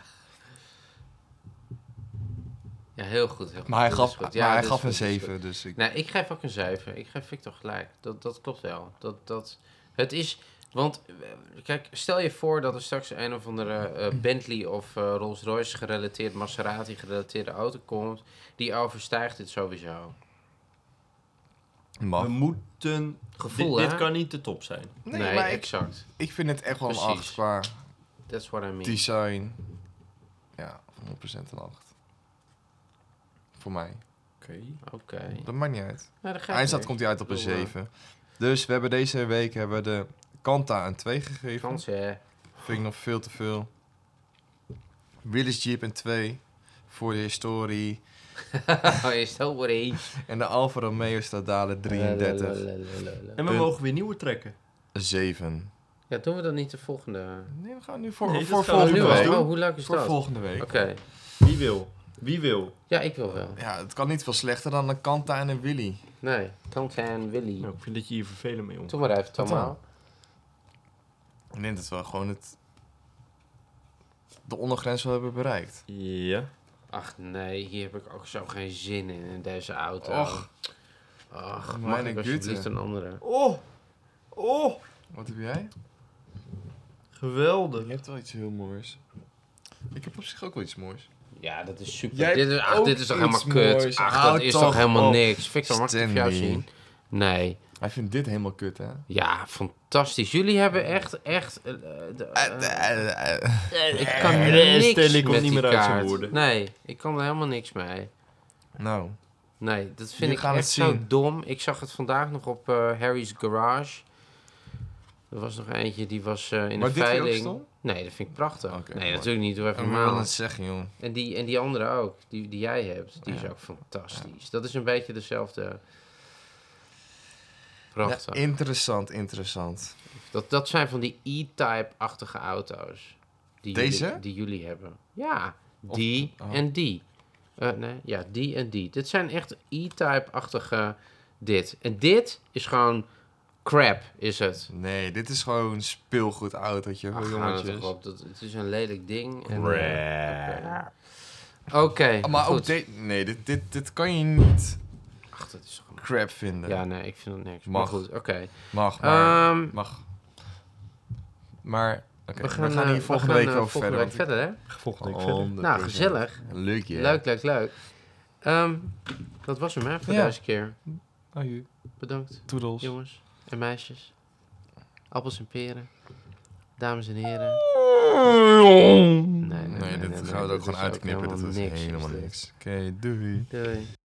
Speaker 3: Ja, heel goed. heel goed.
Speaker 1: Maar hij
Speaker 3: Dit is
Speaker 1: gaf,
Speaker 3: goed.
Speaker 1: maar
Speaker 3: Ja,
Speaker 1: hij
Speaker 3: dit is
Speaker 1: gaf een
Speaker 3: goed, dit is goed.
Speaker 1: 7,
Speaker 3: Nou,
Speaker 1: dus ik...
Speaker 3: Nee, ik geef ook een 7. Ik geef Victor gelijk. Dat, dat klopt wel. Dat, dat, het is Want, eh, kijk, stel je voor dat er straks een of andere
Speaker 1: Mm.
Speaker 3: eh, Bentley of eh, Rolls-Royce gerelateerd, Maserati gerelateerde auto komt. Die overstijgt dit sowieso.
Speaker 1: Mag.
Speaker 2: We moeten...
Speaker 3: Gevoel,
Speaker 2: dit,
Speaker 3: hè?
Speaker 2: dit kan niet de top zijn.
Speaker 1: Nee, maar ik,
Speaker 3: exact.
Speaker 1: ik vind het echt wel een
Speaker 3: Precies.
Speaker 1: 8 qua
Speaker 3: That's what I mean.
Speaker 1: design. Ja, 100% een 8. Voor mij.
Speaker 2: Oké.
Speaker 3: Oké.
Speaker 1: Dat maakt niet uit.
Speaker 3: Nou, dan ga ik
Speaker 1: Eindstad
Speaker 3: weer.
Speaker 1: komt hij uit op een
Speaker 3: Ik bedoel, eh,
Speaker 1: 7. Dus we hebben deze week hebben we de Kanta een 2 gegeven.
Speaker 3: Frans, hè? <laughs>
Speaker 1: Vind ik nog veel te veel. Willys Jeep een 2. Voor de historie.
Speaker 3: Oh, je stel voor één.
Speaker 1: En de Alfa Romeo Stradale 33.
Speaker 2: En we
Speaker 1: Punt.
Speaker 2: mogen weer nieuwe trekken.
Speaker 1: 7.
Speaker 3: Ja, doen we dan niet de volgende?
Speaker 1: Nee, we gaan nu voor,
Speaker 2: Nee, dat
Speaker 1: voor
Speaker 2: gaan we
Speaker 1: volgende
Speaker 2: nu wel
Speaker 1: week.
Speaker 2: doen.
Speaker 3: Oh, hoe leuk is
Speaker 1: Voor
Speaker 3: dat? Oké.
Speaker 1: volgende week.
Speaker 2: Wie wil? Wie wil?
Speaker 3: Ja, ik wil wel.
Speaker 1: Ja, het kan niet veel slechter dan een Kanta en een Willy.
Speaker 3: Nee, Tante en Willy.
Speaker 2: Nou, ik vind dat je hier vervelen mee om.
Speaker 3: Doe maar even, Thomas.
Speaker 1: dan? Ik denk dat we gewoon het, de ondergrens wel hebben bereikt.
Speaker 2: Ja.
Speaker 3: Ach nee, hier heb ik ook zo geen zin in, in deze auto.
Speaker 1: Och.
Speaker 3: Ach, mag
Speaker 1: Meine
Speaker 3: ik alsjeblieft
Speaker 1: Güte.
Speaker 3: een andere?
Speaker 2: Oh! Oh!
Speaker 1: Wat heb jij?
Speaker 2: Geweldig.
Speaker 1: Je hebt wel iets heel moois. Ik heb op zich ook wel iets moois.
Speaker 3: Ja, dat is super.
Speaker 1: Jij
Speaker 3: dit, is, ach,
Speaker 1: hebt
Speaker 3: dit is toch
Speaker 1: ook
Speaker 3: helemaal
Speaker 1: iets
Speaker 3: kut?
Speaker 1: moois.
Speaker 3: Ach,
Speaker 1: Hou
Speaker 3: dat is
Speaker 1: toch
Speaker 3: toch helemaal
Speaker 1: op.
Speaker 3: niks? Victor, mag ik het voor jou
Speaker 1: Stanley.
Speaker 3: zien? Nee.
Speaker 1: Hij vindt dit helemaal kut, hè?
Speaker 3: Ja, fantastisch. Jullie hebben echt, echt... eh, eh, de- eh, ik kan
Speaker 2: Eh,
Speaker 3: niks
Speaker 2: Stanley komt
Speaker 3: met
Speaker 2: niet
Speaker 3: die
Speaker 2: meer uit zijn
Speaker 3: kaart.
Speaker 2: woorden.
Speaker 3: Nee, ik kan er helemaal niks mee.
Speaker 1: Nou,
Speaker 3: Nee, dat vind
Speaker 1: Jullie
Speaker 3: ik
Speaker 1: gaan het
Speaker 3: echt zo
Speaker 1: zien.
Speaker 3: dom. Ik zag het vandaag nog op eh, Harry's Garage. Er was nog eentje, die was eh, in
Speaker 1: Maar dit vind
Speaker 3: de
Speaker 1: je ook
Speaker 3: veiling.
Speaker 1: stom?
Speaker 3: Nee, dat vind ik prachtig.
Speaker 1: Oké,
Speaker 3: nee,
Speaker 1: mooi.
Speaker 3: natuurlijk niet. Doe
Speaker 1: ik
Speaker 3: even
Speaker 1: wil
Speaker 3: normaal.
Speaker 1: het zeggen, joh.
Speaker 3: En die, en die andere ook, die, die jij hebt, die
Speaker 1: Ja.
Speaker 3: is ook fantastisch. Dat is een beetje dezelfde. Prachtig.
Speaker 1: Ja, interessant, interessant.
Speaker 3: dat, dat zijn van die E-type-achtige auto's. Die
Speaker 1: Deze?
Speaker 3: Jullie, die jullie hebben. Ja, die
Speaker 1: oh.
Speaker 3: en die. Eh, nee, ja, die en die. Dit zijn echt E-type-achtige dit. En dit is gewoon crap, is het.
Speaker 1: Nee, dit is gewoon een speelgoed autootje voor
Speaker 3: Ach, hou nou toch
Speaker 1: jongetjes.
Speaker 3: op. Dat, het is een lelijk ding. en, eh,
Speaker 1: Crap. Oh,
Speaker 3: Oké. Oké,
Speaker 1: Maar ook
Speaker 3: goed.
Speaker 1: dit... Nee, dit, dit, dit kan je niet
Speaker 3: Ach, dat is toch een-
Speaker 1: crap vinden.
Speaker 3: Ja, nee, ik vind het niks. Maar
Speaker 1: Mag.
Speaker 3: goed, oké.
Speaker 1: Mag, maar...
Speaker 3: Ehm,
Speaker 1: mag. Maar... oké,
Speaker 3: we, gaan, eh,
Speaker 1: hier volgende
Speaker 3: we
Speaker 1: week
Speaker 3: gaan, eh,
Speaker 1: over
Speaker 3: volgende
Speaker 1: verder. Oh,
Speaker 3: week verder, hè?
Speaker 2: Volgende week verder.
Speaker 1: 100%.
Speaker 3: Nou, gezellig.
Speaker 1: Leuk, ja.
Speaker 3: Leuk, leuk, leuk. Ehm, dat was hem, hè, voor
Speaker 1: Ja.
Speaker 3: deze keer.
Speaker 1: Aju.
Speaker 3: Bedankt,
Speaker 1: Toedels.
Speaker 3: jongens en meisjes. Appels en peren. Dames en heren.
Speaker 1: Mm. Nee, dit gaan we
Speaker 3: dit
Speaker 1: ook
Speaker 3: is
Speaker 1: gewoon uitknippen. Dit is
Speaker 3: helemaal
Speaker 1: helemaal
Speaker 3: is dit.
Speaker 1: niks. Oké, doei.
Speaker 3: Doei.